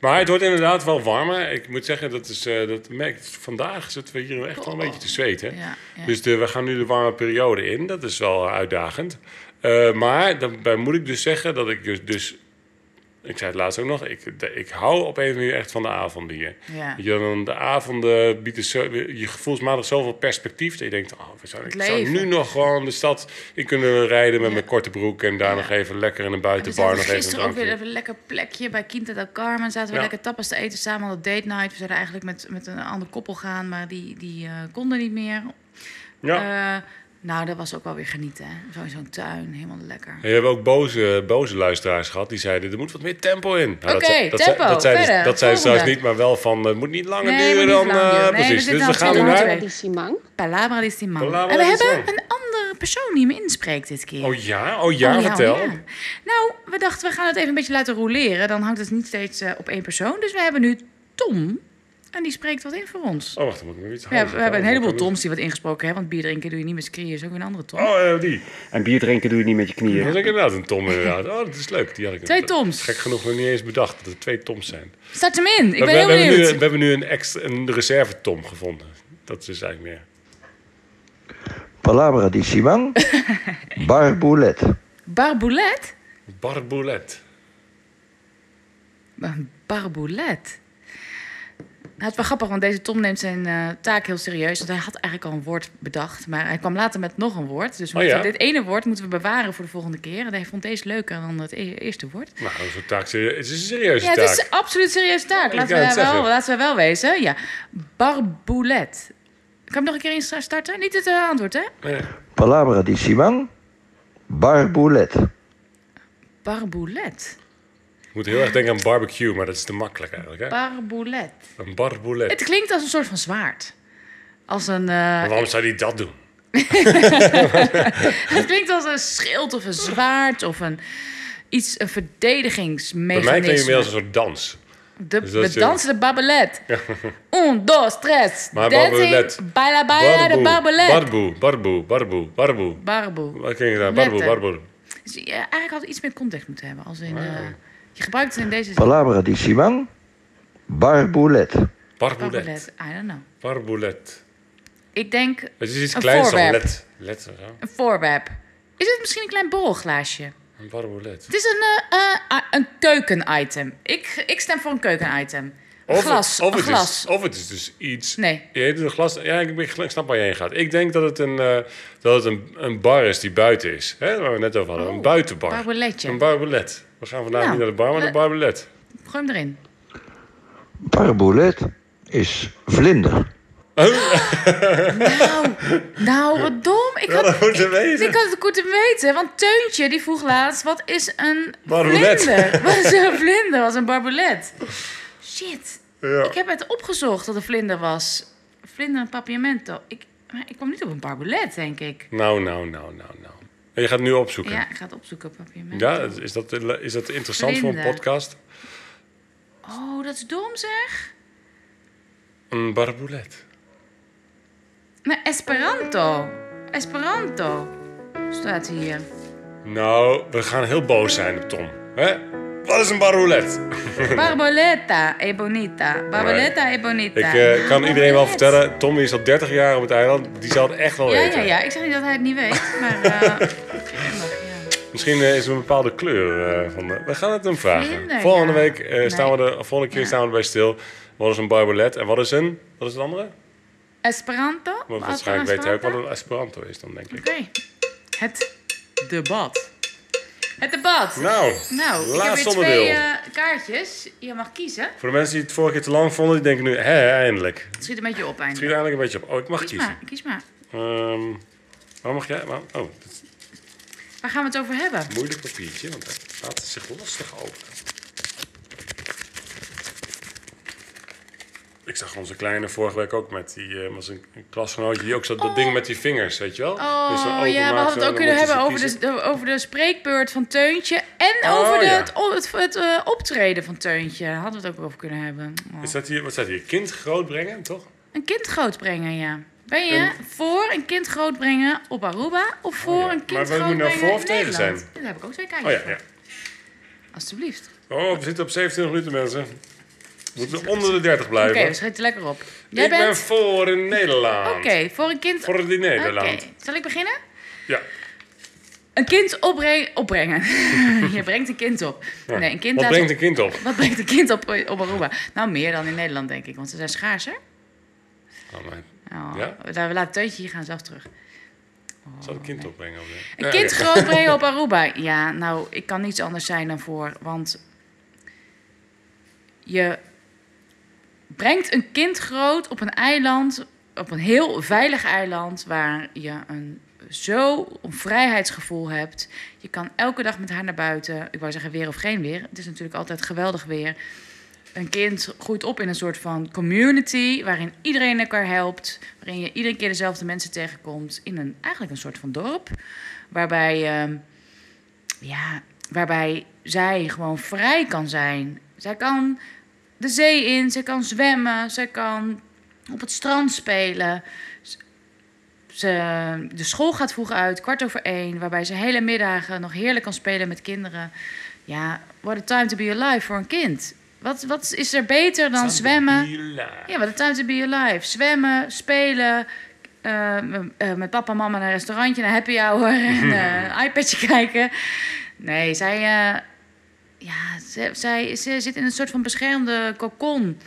Speaker 2: Maar het wordt inderdaad wel warmer. Ik moet zeggen, dat, is, eh, dat merk ik. Vandaag zitten we hier echt wel een beetje te zweten.
Speaker 1: Oh. Ja, ja.
Speaker 2: Dus de, we gaan nu de warme periode in. Dat is wel uitdagend. Eh, maar daarbij moet ik dus zeggen dat ik dus... dus ik zei het laatst ook nog. Ik, de- ik hou op een of andere manier echt van de avonden hier.
Speaker 1: Ja.
Speaker 2: Weet Je, dan de avonden bieden zo, je gevoelsmatig zoveel perspectief. Dat je denkt, oh, we zouden, ik
Speaker 1: Het
Speaker 2: zou
Speaker 1: leven.
Speaker 2: nu nog gewoon de stad in kunnen rijden met mijn korte broek. En daar
Speaker 1: Ja.
Speaker 2: nog even lekker in
Speaker 1: En
Speaker 2: een
Speaker 1: Dus we
Speaker 2: buitenbar nog
Speaker 1: zaten
Speaker 2: even een
Speaker 1: gisteren ook
Speaker 2: drankje.
Speaker 1: weer even een lekker plekje bij Quinta del Carmen. Zaten we
Speaker 2: Ja.
Speaker 1: lekker tapas te eten samen aan de date night. We zouden eigenlijk met, met een ander koppel gaan, maar die, die eh, konden niet meer.
Speaker 2: Ja.
Speaker 1: Eh, nou, dat was ook wel weer genieten. Hè? Zo in zo'n tuin, helemaal lekker.
Speaker 2: En we hebben ook boze, boze luisteraars gehad. Die zeiden, er moet wat meer tempo in. Nou, dat
Speaker 1: Oké,
Speaker 2: zei- dat,
Speaker 1: tempo,
Speaker 2: zei- dat zeiden ze-
Speaker 1: verder,
Speaker 2: dat zeiden ze
Speaker 1: volgende.
Speaker 2: trouwens niet, maar wel van... eh, Het moet niet langer
Speaker 1: Nee,
Speaker 2: duren
Speaker 1: moet niet
Speaker 2: dan...
Speaker 1: lang
Speaker 2: eh,
Speaker 1: duren. Nee,
Speaker 2: precies,
Speaker 1: we
Speaker 2: dus
Speaker 1: zitten
Speaker 2: we
Speaker 1: al
Speaker 2: gaan nu
Speaker 1: twintig minuten
Speaker 2: naar...
Speaker 1: weg. Palabra is die man.
Speaker 2: Palabra
Speaker 1: en we
Speaker 2: di
Speaker 1: hebben
Speaker 2: man.
Speaker 1: een andere persoon die me inspreekt dit keer.
Speaker 2: Oh ja, oh ja,
Speaker 1: Oh,
Speaker 2: vertel.
Speaker 1: ja. Nou, we dachten we gaan het even een beetje laten roleren. Dan hangt het niet steeds eh, op één persoon. Dus we hebben nu Tom. En die spreekt wat in voor ons.
Speaker 2: Oh, wacht, dan moet ik weer iets
Speaker 1: Ja,
Speaker 2: harder
Speaker 1: we hebben een
Speaker 2: vertellen.
Speaker 1: heleboel Toms die wat ingesproken hebben. Want bier drinken doe je niet met z'n krieën. Is ook weer een andere Tom.
Speaker 2: Oh, eh, die.
Speaker 3: En bier drinken doe je niet met je
Speaker 2: Dat
Speaker 3: knieën.
Speaker 2: is ook inderdaad een Tom, inderdaad. Oh, dat is leuk. Die had ik
Speaker 1: Twee Toms.
Speaker 2: Gek genoeg nog niet eens bedacht dat er twee Toms zijn.
Speaker 1: Start hem in. Ik
Speaker 2: we,
Speaker 1: ben heel
Speaker 2: we hebben nu,
Speaker 1: benieuwd.
Speaker 2: we hebben nu een, extra, een reserve Tom gevonden. Dat is eigenlijk meer.
Speaker 4: Palabra di Simon, Barboulet.
Speaker 1: Barboulet?
Speaker 2: Barboulet.
Speaker 1: Een Barboulet. Nou, het is wel grappig, want deze Tom neemt zijn eh, taak heel serieus. Want hij had eigenlijk al een woord bedacht. Maar hij kwam later met nog een woord. Dus we
Speaker 2: Oh,
Speaker 1: moeten-
Speaker 2: ja?
Speaker 1: dit ene woord moeten we bewaren voor de volgende keer. En hij vond deze leuker dan het e- eerste woord.
Speaker 2: Nou, zo'n taak. serie- Het is een serieuze
Speaker 1: Ja, het
Speaker 2: taak.
Speaker 1: is een absoluut serieuze taak.
Speaker 2: Ik
Speaker 1: Laten
Speaker 2: wou
Speaker 1: we,
Speaker 2: het
Speaker 1: daar wel,
Speaker 2: zeggen.
Speaker 1: laten we wel wezen. Ja. Barboulet. Kan ik hem nog een keer in starten? Niet het eh, antwoord, hè?
Speaker 2: Nee.
Speaker 4: Palabra di Simon, Barboulet.
Speaker 1: Barboulet.
Speaker 2: moet heel erg denken aan barbecue, maar dat is te makkelijk eigenlijk. Hè?
Speaker 1: Barboulet.
Speaker 2: Een barboulet.
Speaker 1: Het klinkt als een soort van zwaard. Als een, eh,
Speaker 2: Maar waarom zou hij dat doen?
Speaker 1: <laughs> het klinkt als een schild of een zwaard of een, iets, een
Speaker 2: Bij
Speaker 1: verdedigingsmechanisme.
Speaker 2: mij klinkt het meer als een soort dans.
Speaker 1: De,
Speaker 2: Dus dat is
Speaker 1: we
Speaker 2: heel-
Speaker 1: dansen de babelet. Un, dos, tres.
Speaker 2: <laughs> Maar babelet.
Speaker 1: Dancing, baila, baila, de babelet.
Speaker 2: barboe, barboe, barboe, barboe.
Speaker 1: Barboe.
Speaker 2: Wat ken je daar? Barboe,
Speaker 1: Letter.
Speaker 2: barboe.
Speaker 1: Dus je- eigenlijk had het iets meer context moeten hebben. Als in, eh, je gebruikt het in deze zin.
Speaker 4: Palabra di Sivan. Barboulet.
Speaker 2: Barboulet.
Speaker 1: Babelet. I don't know.
Speaker 2: Barboulet.
Speaker 1: Ik denk
Speaker 2: Het is iets
Speaker 1: Een
Speaker 2: kleins dan
Speaker 1: voorwerp.
Speaker 2: let. Let, of zo.
Speaker 1: een voorwerp. Is het misschien een klein borrelglaasje?
Speaker 2: Een barboulet.
Speaker 1: Het is een, eh, eh, een keukenitem. Ik, ik stem voor een keukenitem. Een
Speaker 2: Of-
Speaker 1: glas.
Speaker 2: Of
Speaker 1: een
Speaker 2: het,
Speaker 1: glas.
Speaker 2: Is, of het is dus iets.
Speaker 1: Nee.
Speaker 2: Je heet het een glas. Ja, ik, ben- ik snap waar je heen gaat. Ik denk dat het een, eh, dat het een, een bar is die buiten is. Hè? Waar we net over hadden. een buitenbar.
Speaker 1: barbeletje.
Speaker 2: Een barbelet. We gaan vandaag
Speaker 1: Oh, Nou,
Speaker 2: niet naar de bar, maar
Speaker 1: we-
Speaker 2: naar
Speaker 1: <laughs>
Speaker 2: de barbelet.
Speaker 1: Gooi hem erin.
Speaker 4: Barboulet is vlinder.
Speaker 1: Nou, nou, wat dom. Ik had,
Speaker 2: moet je weten.
Speaker 1: ik had het goed weten. Want Teuntje die vroeg laatst, wat is een
Speaker 2: Barbelet. <laughs>
Speaker 1: vlinder? Wat is een vlinder? Wat is een barbelet? Shit.
Speaker 2: Ja.
Speaker 1: Ik heb het opgezocht dat een vlinder was. Vlinder en papiamento. Ik, maar ik kwam niet op een barbelet, denk ik.
Speaker 2: Nou, nou, nou, nou, nou. En je gaat het nu opzoeken.
Speaker 1: Ja, ik ga het opzoeken, papiamento.
Speaker 2: Ja, is dat, is dat interessant voor een
Speaker 1: Vlinder.
Speaker 2: podcast?
Speaker 1: Oh, dat is dom zeg.
Speaker 2: Een barbelet.
Speaker 1: Maar Esperanto. Esperanto. Staat
Speaker 2: <laughs>
Speaker 1: hier.
Speaker 2: Nou, we gaan heel boos zijn op Tom. Hè? Wat is een barbelet?
Speaker 1: Barboleta e bonita. Barboleta e bonita.
Speaker 2: Ik eh, kan iedereen wel vertellen, Tom is al 30 jaar op het eiland. Die zal het echt wel
Speaker 1: Ja,
Speaker 2: weten.
Speaker 1: ja, ja. Ik zeg niet dat hij het niet weet,
Speaker 2: <laughs>
Speaker 1: maar... eh, ja.
Speaker 2: Misschien eh, is er een bepaalde kleur eh, van. de- We gaan het hem vragen.
Speaker 1: Vlinder,
Speaker 2: volgende
Speaker 1: ja.
Speaker 2: week eh,
Speaker 1: Nee.
Speaker 2: staan we er, volgende keer staan we erbij stil. Wat is een barbelet en wat is een. Wat is het andere?
Speaker 1: Esperanto?
Speaker 2: Want
Speaker 1: Wat
Speaker 2: waarschijnlijk weet hij ook
Speaker 1: Esperanto?
Speaker 2: wat een Esperanto is, dan denk ik.
Speaker 1: Oké. Het debat. Het debat.
Speaker 2: Nou,
Speaker 1: Nou, ik heb weer
Speaker 2: laatste
Speaker 1: twee
Speaker 2: onderdeel.
Speaker 1: eh, kaartjes. Je mag kiezen.
Speaker 2: Voor de mensen die het vorige keer te lang vonden, die denken nu, hé, eindelijk. Het
Speaker 1: Het schiet een beetje op
Speaker 2: schiet
Speaker 1: eindelijk.
Speaker 2: eindelijk een beetje op. Oh, ik mag
Speaker 1: Kies
Speaker 2: kiezen.
Speaker 1: maar, kies maar.
Speaker 2: Ehm waar mag jij? Waar, oh, dat is
Speaker 1: Waar gaan we het over hebben?
Speaker 2: een moeilijk papiertje, want dat laat zich lastig open. Ik zag onze kleine vorige week ook met die, eh, was een, een klasgenootje die ook zo dat ding met die vingers, weet je wel? Dus dan
Speaker 1: Oh
Speaker 2: openmaakt
Speaker 1: ja, we
Speaker 2: zo,
Speaker 1: hadden het
Speaker 2: dan
Speaker 1: ook kunnen
Speaker 2: moet je
Speaker 1: hebben
Speaker 2: zo
Speaker 1: over de,
Speaker 2: kiezen.
Speaker 1: de- over de spreekbeurt van Teuntje. En
Speaker 2: Oh,
Speaker 1: over de,
Speaker 2: ja.
Speaker 1: het, o- het, het, eh, optreden van Teuntje. Hadden we het ook wel over kunnen hebben. Oh.
Speaker 2: Is dat hier, wat staat hier? Kind grootbrengen, toch?
Speaker 1: Een kind grootbrengen, ja. Ben je voor een kind grootbrengen op Aruba of voor
Speaker 2: ja.
Speaker 1: een kind
Speaker 2: Maar wat moet nou
Speaker 1: grootbrengen
Speaker 2: voor of
Speaker 1: in
Speaker 2: tegen
Speaker 1: Nederland?
Speaker 2: zijn?
Speaker 1: Daar heb ik ook twee
Speaker 2: Oh
Speaker 1: kaartjes
Speaker 2: ja, ja.
Speaker 1: voor. Alsjeblieft.
Speaker 2: Oh, we zitten op 27 minuten, mensen. We moeten onder de 30 blijven.
Speaker 1: Oké, we schieten lekker op. Jij
Speaker 2: ik ben
Speaker 1: bent...
Speaker 2: voor in Nederland.
Speaker 1: Oké, voor een kind...
Speaker 2: Voor in Nederland.
Speaker 1: Oké, zal ik beginnen?
Speaker 2: Ja.
Speaker 1: Een kind opbreng- opbrengen. <laughs> je brengt een kind op.
Speaker 2: Ja.
Speaker 1: Nee, een kind
Speaker 2: Wat
Speaker 1: laten
Speaker 2: brengt een kind op?
Speaker 1: Wat brengt een kind op, op Aruba? Nou, meer dan in Nederland, denk ik, want ze zijn schaarser.
Speaker 2: Oh, mijn.
Speaker 1: Oh,
Speaker 2: Ja?
Speaker 1: daar- We laten Teuntje hier gaan zelf terug.
Speaker 2: Zal een kind opbrengen? Of niet?
Speaker 1: Een
Speaker 2: Nee,
Speaker 1: kind
Speaker 2: oké.
Speaker 1: grootbrengen op Aruba. Ja, nou, ik kan niets anders zijn dan voor, want je brengt een kind groot op een eiland, op een heel veilig eiland, waar je een zo een vrijheidsgevoel hebt. Je kan elke dag met haar naar buiten. Ik wou zeggen weer of geen weer. Het is natuurlijk altijd geweldig weer. Een kind groeit op in een soort van community waarin iedereen elkaar helpt, waarin je iedere keer dezelfde mensen tegenkomt in een eigenlijk een soort van dorp, waarbij ehm, ja, waarbij zij gewoon vrij kan zijn. Zij kan de zee in, zij kan zwemmen, zij kan op het strand spelen. Z- Ze, de school gaat vroeg uit, kwart over één, waarbij ze hele middagen nog heerlijk kan spelen met kinderen. Ja, what a time to be alive voor een kind. Wat, wat is er beter dan zwemmen? Ja, wat a time to be alive. Zwemmen, spelen, eh, m- eh, met papa en mama naar een restaurantje, naar happy hour
Speaker 2: <laughs>
Speaker 1: en eh, een iPadje kijken. Nee, zij, eh, ja, ze, zij, ze zit in een soort van beschermde cocon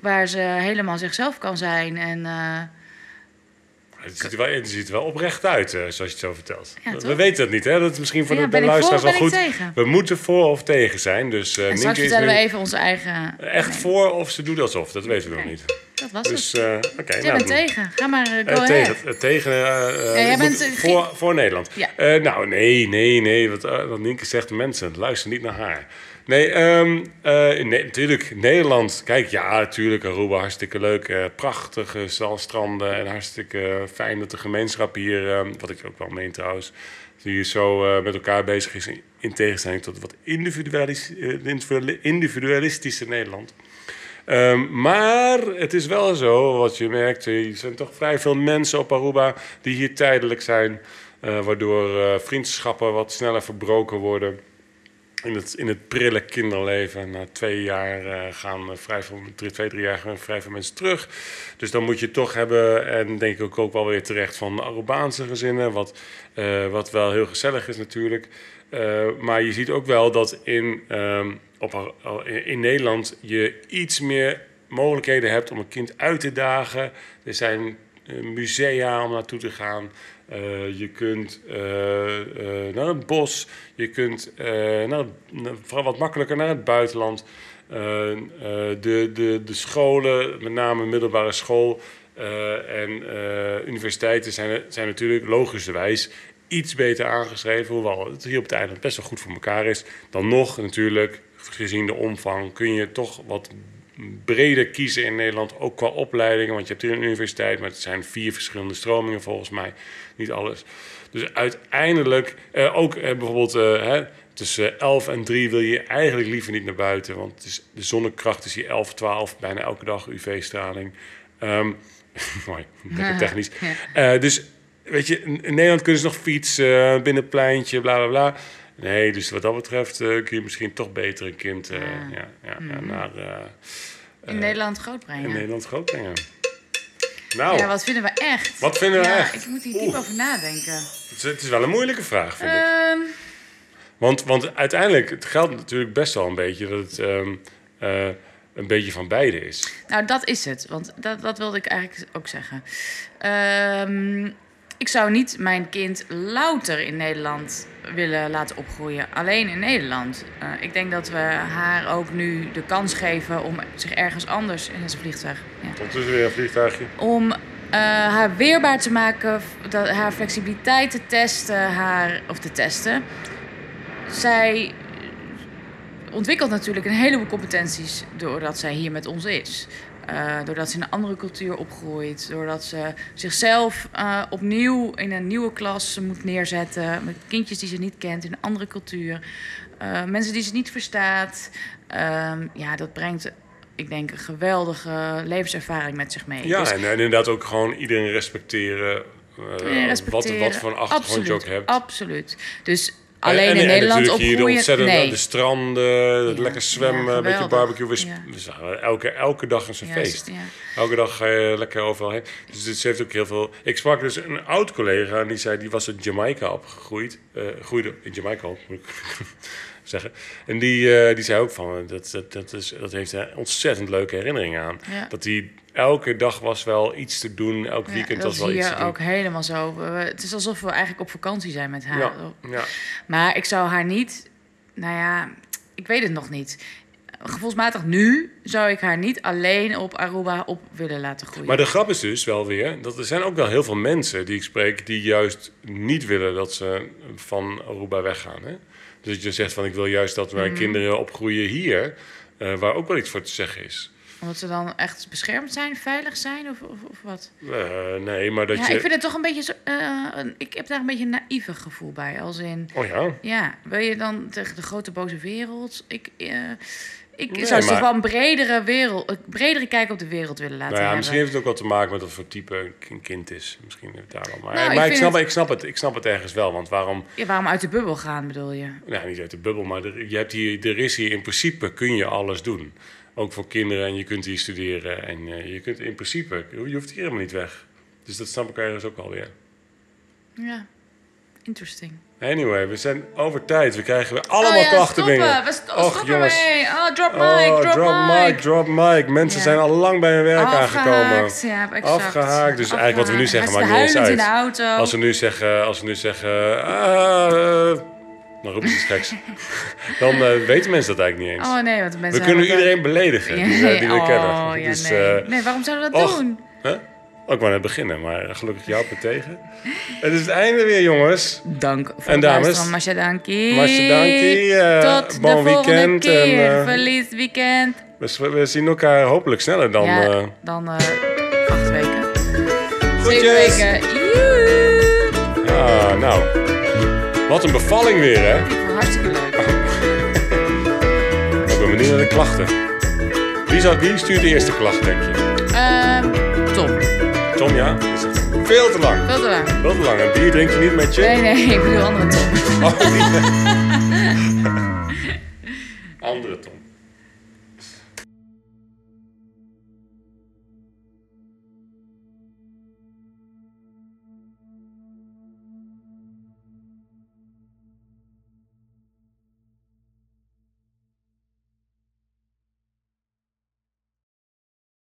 Speaker 1: waar ze helemaal zichzelf kan zijn. En eh,
Speaker 2: Het ziet er wel, het ziet er wel oprecht uit, eh, zoals je het zo vertelt.
Speaker 1: Ja,
Speaker 2: we
Speaker 1: toch?
Speaker 2: weten het niet, hè? Dat is misschien voor
Speaker 1: Ja,
Speaker 2: de, de
Speaker 1: ben ik voor
Speaker 2: luisteraars
Speaker 1: of
Speaker 2: wel
Speaker 1: ben
Speaker 2: goed.
Speaker 1: ik tegen?
Speaker 2: We moeten voor of tegen zijn. Dus eh,
Speaker 1: en straks
Speaker 2: Nienke is
Speaker 1: vertellen we
Speaker 2: nu
Speaker 1: even onze eigen...
Speaker 2: echt
Speaker 1: nee,
Speaker 2: voor of ze doet alsof. Dat weten we nog
Speaker 1: Oké.
Speaker 2: niet.
Speaker 1: Dat was het.
Speaker 2: Dus, eh oké.
Speaker 1: Jij
Speaker 2: nou,
Speaker 1: bent tegen. Ga maar, eh,
Speaker 2: eh,
Speaker 1: go
Speaker 2: tegen,
Speaker 1: ahead.
Speaker 2: eh, tegen eh, eh,
Speaker 1: jij
Speaker 2: je
Speaker 1: bent,
Speaker 2: moet
Speaker 1: eh,
Speaker 2: voor, voor Nederland.
Speaker 1: Ja.
Speaker 2: Eh, nou, nee, nee, nee. Wat, eh, wat Nienke zegt, mensen, luister niet naar haar. Nee, ehm, eh, nee, natuurlijk. Nederland. Kijk, ja, natuurlijk. Aruba, hartstikke leuk. eh, prachtige zalstranden. En hartstikke fijn dat de gemeenschap hier, ehm, wat ik ook wel meen trouwens, die hier zo eh, met elkaar bezig is. in- In tegenstelling tot wat individualis- eh, individuali- individualistische Nederland. Ehm, maar het is wel zo, wat je merkt, eh, er zijn toch vrij veel mensen op Aruba die hier tijdelijk zijn. eh, waardoor eh, vriendschappen wat sneller verbroken worden. In het, in het prille kinderleven. Na twee jaar eh, gaan eh, vrij veel, drie, twee, drie jaar gaan vrij veel mensen terug. Dus dan moet je toch hebben, en denk ik ook, ook wel weer terecht van Arubaanse gezinnen. Wat, eh, wat wel heel gezellig is natuurlijk. Eh, maar je ziet ook wel dat in, ehm, op, Ar- in Nederland je iets meer mogelijkheden hebt om een kind uit te dagen. Er zijn eh, musea om naartoe te gaan. Eh, je kunt eh, eh, naar het bos. Je kunt eh, naar, het- naar- vooral wat makkelijker naar het buitenland. Eh, eh, de, de, de scholen, met name middelbare school eh, en eh, universiteiten, zijn, zijn natuurlijk logischerwijs iets beter aangeschreven. Hoewel het hier op het eiland best wel goed voor elkaar is. Dan nog natuurlijk, gezien de omvang, kun je toch wat breder kiezen in Nederland, ook qua opleidingen. Want je hebt hier een universiteit, maar het zijn vier verschillende stromingen volgens mij. Niet alles. Dus uiteindelijk, eh, ook eh, bijvoorbeeld eh, hè, tussen 11 en 3 wil je eigenlijk liever niet naar buiten. Want het is, de zonnekracht is hier 11, 12, bijna elke dag UV-straling. Ehm, <laughs> mooi,
Speaker 1: <laughs>
Speaker 2: lekker technisch. Eh, dus weet je, in in Nederland kunnen ze nog fietsen, binnenpleintje, bla bla bla. Nee, dus wat dat betreft eh, kun je misschien toch beter een kind eh, ja, ja, ja, naar, eh,
Speaker 1: In Nederland groot brengen.
Speaker 2: in Nederland grootbrengen. Nou,
Speaker 1: Ja, wat vinden we echt?
Speaker 2: Wat vinden we
Speaker 1: ja,
Speaker 2: echt?
Speaker 1: Ik moet hier diep
Speaker 2: Oeh.
Speaker 1: over nadenken.
Speaker 2: het is- het is wel een moeilijke vraag, vind ik.
Speaker 1: Ehm,
Speaker 2: Want, want uiteindelijk, het geldt natuurlijk best wel een beetje dat het ehm, eh, een beetje van beide is.
Speaker 1: nou, dat is het. Want dat, dat wilde ik eigenlijk ook zeggen. Ehm, ik zou niet mijn kind louter in Nederland willen laten opgroeien. Alleen in Nederland. Eh, ik denk dat we haar ook nu de kans geven om zich ergens anders in zijn vliegtuig. Ja.
Speaker 2: Ondertussen weer een vliegtuigje.
Speaker 1: om eh, haar weerbaar te maken, f- dat, haar flexibiliteit te testen, haar, of te testen. Zij ontwikkelt natuurlijk een heleboel competenties doordat zij hier met ons is. Eh, doordat ze in een andere cultuur opgroeit, doordat ze zichzelf eh, opnieuw in een nieuwe klas moet neerzetten. Met kindjes die ze niet kent, in een andere cultuur. Eh, mensen die ze niet verstaat. Ehm, ja, dat brengt, ik denk, een geweldige levenservaring met zich mee.
Speaker 2: Ja,
Speaker 1: Dus
Speaker 2: en, en inderdaad ook gewoon iedereen respecteren. eh,
Speaker 1: iedereen respecteren.
Speaker 2: Wat, wat voor een achtergrond je ook
Speaker 1: Absoluut,
Speaker 2: hebt.
Speaker 1: Absoluut. Dus
Speaker 2: En-
Speaker 1: alleen
Speaker 2: en-
Speaker 1: in
Speaker 2: en
Speaker 1: Nederland
Speaker 2: natuurlijk hier de
Speaker 1: opgroeien...
Speaker 2: ontzettende
Speaker 1: nee.
Speaker 2: de stranden, het
Speaker 1: Ja,
Speaker 2: lekker
Speaker 1: ja,
Speaker 2: zwemmen, een beetje
Speaker 1: geweldig.
Speaker 2: barbecue. We sp-
Speaker 1: Ja.
Speaker 2: we zagen elke, elke dag is een
Speaker 1: Juist,
Speaker 2: feest.
Speaker 1: ja.
Speaker 2: Elke dag ga je lekker overal heen. Dus dit heeft ook heel veel. Ik sprak dus een oud collega en die zei die was in Jamaica opgegroeid. eh groeide in Jamaica op, moet ik <laughs> zeggen. En die, eh, die zei ook van eh, dat, dat, dat, is, dat heeft een ontzettend leuke herinneringen aan.
Speaker 1: Ja.
Speaker 2: Dat die elke dag was wel iets te doen, elk
Speaker 1: Ja,
Speaker 2: weekend
Speaker 1: dat
Speaker 2: was
Speaker 1: is
Speaker 2: wel iets te
Speaker 1: hier
Speaker 2: doen.
Speaker 1: ook helemaal zo. We- we- Het is alsof we eigenlijk op vakantie zijn met haar.
Speaker 2: Ja, ja.
Speaker 1: Maar ik zou haar niet... Nou ja, ik weet het nog niet. Gevoelsmatig nu zou ik haar niet alleen op Aruba op willen laten groeien.
Speaker 2: Maar de grap is dus wel weer dat er zijn ook wel heel veel mensen die ik spreek die juist niet willen dat ze van Aruba weggaan. Hè? Dus dat je zegt van ik wil juist dat mijn
Speaker 1: Mm.
Speaker 2: kinderen opgroeien hier, eh, waar ook wel iets voor te zeggen is.
Speaker 1: Omdat ze dan echt beschermd zijn, veilig zijn of, of, of wat?
Speaker 2: Eh, nee, maar dat
Speaker 1: Ja,
Speaker 2: je.
Speaker 1: ik vind het toch een beetje... Zo, eh, een- ik heb daar een beetje een naïeve gevoel bij. Als in...
Speaker 2: Oh ja.
Speaker 1: Ja, wil je dan tegen de grote boze wereld? Ik, eh, ik
Speaker 2: Nee,
Speaker 1: zou ze
Speaker 2: maar-
Speaker 1: toch wel een bredere, wereld, een bredere kijk op de wereld willen laten
Speaker 2: Nou ja, misschien
Speaker 1: hebben.
Speaker 2: heeft het ook wel te maken met wat voor type een kin- kind is. Misschien heeft het daar wel. Maar, eh,
Speaker 1: Nou, ik
Speaker 2: maar ik,
Speaker 1: vind
Speaker 2: snap,
Speaker 1: het-
Speaker 2: ik, snap het, ik snap het ergens wel. Want waarom
Speaker 1: Ja, waarom uit de bubbel gaan, bedoel je?
Speaker 2: nou, niet uit de bubbel, maar er, je hebt hier, er is hier in principe kun je alles doen. Ook voor kinderen en je kunt hier studeren. En eh, je kunt in principe, je hoeft hier helemaal niet weg. Dus dat snap ik ergens ook alweer.
Speaker 1: Ja, interesting.
Speaker 2: Anyway, we zijn over tijd. We krijgen weer allemaal
Speaker 1: oh ja,
Speaker 2: klachtendingen.
Speaker 1: stoppen. We sto- stoppen ermee. Oh, drop mic,
Speaker 2: oh,
Speaker 1: drop, mic.
Speaker 2: mic, drop mic. Mensen
Speaker 1: Ja.
Speaker 2: zijn al lang bij hun werk aangekomen.
Speaker 1: Afgehaakt, ja, exact.
Speaker 2: Afgehaakt. Dus eigenlijk wat we nu zeggen
Speaker 1: Mensen
Speaker 2: maakt niet eens
Speaker 1: huilend
Speaker 2: uit.
Speaker 1: in de auto.
Speaker 2: Als we nu zeggen, als we nu zeggen, ah, eh, dan roepen ze iets
Speaker 1: <laughs>
Speaker 2: geks. dan eh, weten mensen dat eigenlijk niet eens.
Speaker 1: Oh nee, want de mensen...
Speaker 2: We kunnen
Speaker 1: hebben
Speaker 2: iedereen beledigen <laughs> die, we- die we
Speaker 1: <laughs> oh,
Speaker 2: kennen.
Speaker 1: Ja,
Speaker 2: dus,
Speaker 1: nee.
Speaker 2: eh,
Speaker 1: nee, waarom zouden we dat
Speaker 2: och.
Speaker 1: doen?
Speaker 2: hè? Oh, ik wou net beginnen, maar gelukkig jou me tegen. Het is het einde weer, jongens.
Speaker 1: Dank voor
Speaker 2: En
Speaker 1: het
Speaker 2: dames,
Speaker 1: luisteren. Masha dankie.
Speaker 2: Masha dankie, eh,
Speaker 1: Tot
Speaker 2: bon
Speaker 1: de volgende
Speaker 2: weekend en,
Speaker 1: keer.
Speaker 2: eh,
Speaker 1: Verlies weekend.
Speaker 2: We, we zien elkaar hopelijk sneller dan...
Speaker 1: ja,
Speaker 2: eh,
Speaker 1: dan eh, acht weken. Zeven
Speaker 2: groetjes.
Speaker 1: weken. Joe.
Speaker 2: Ah, nou. Wat een bevalling weer, hè?
Speaker 1: Hartstikke leuk.
Speaker 2: Ik ben benieuwd naar de klachten. Wie, zou, wie stuurt de eerste klacht, denk je? Ah.
Speaker 1: Ehm, top.
Speaker 2: Tom, ja? Dat is het. Veel te lang.
Speaker 1: Veel te lang. <laughs>
Speaker 2: Veel te lang. En bier drink je niet met je?
Speaker 1: Nee, nee, ik bedoel andere top.
Speaker 2: Oh, die-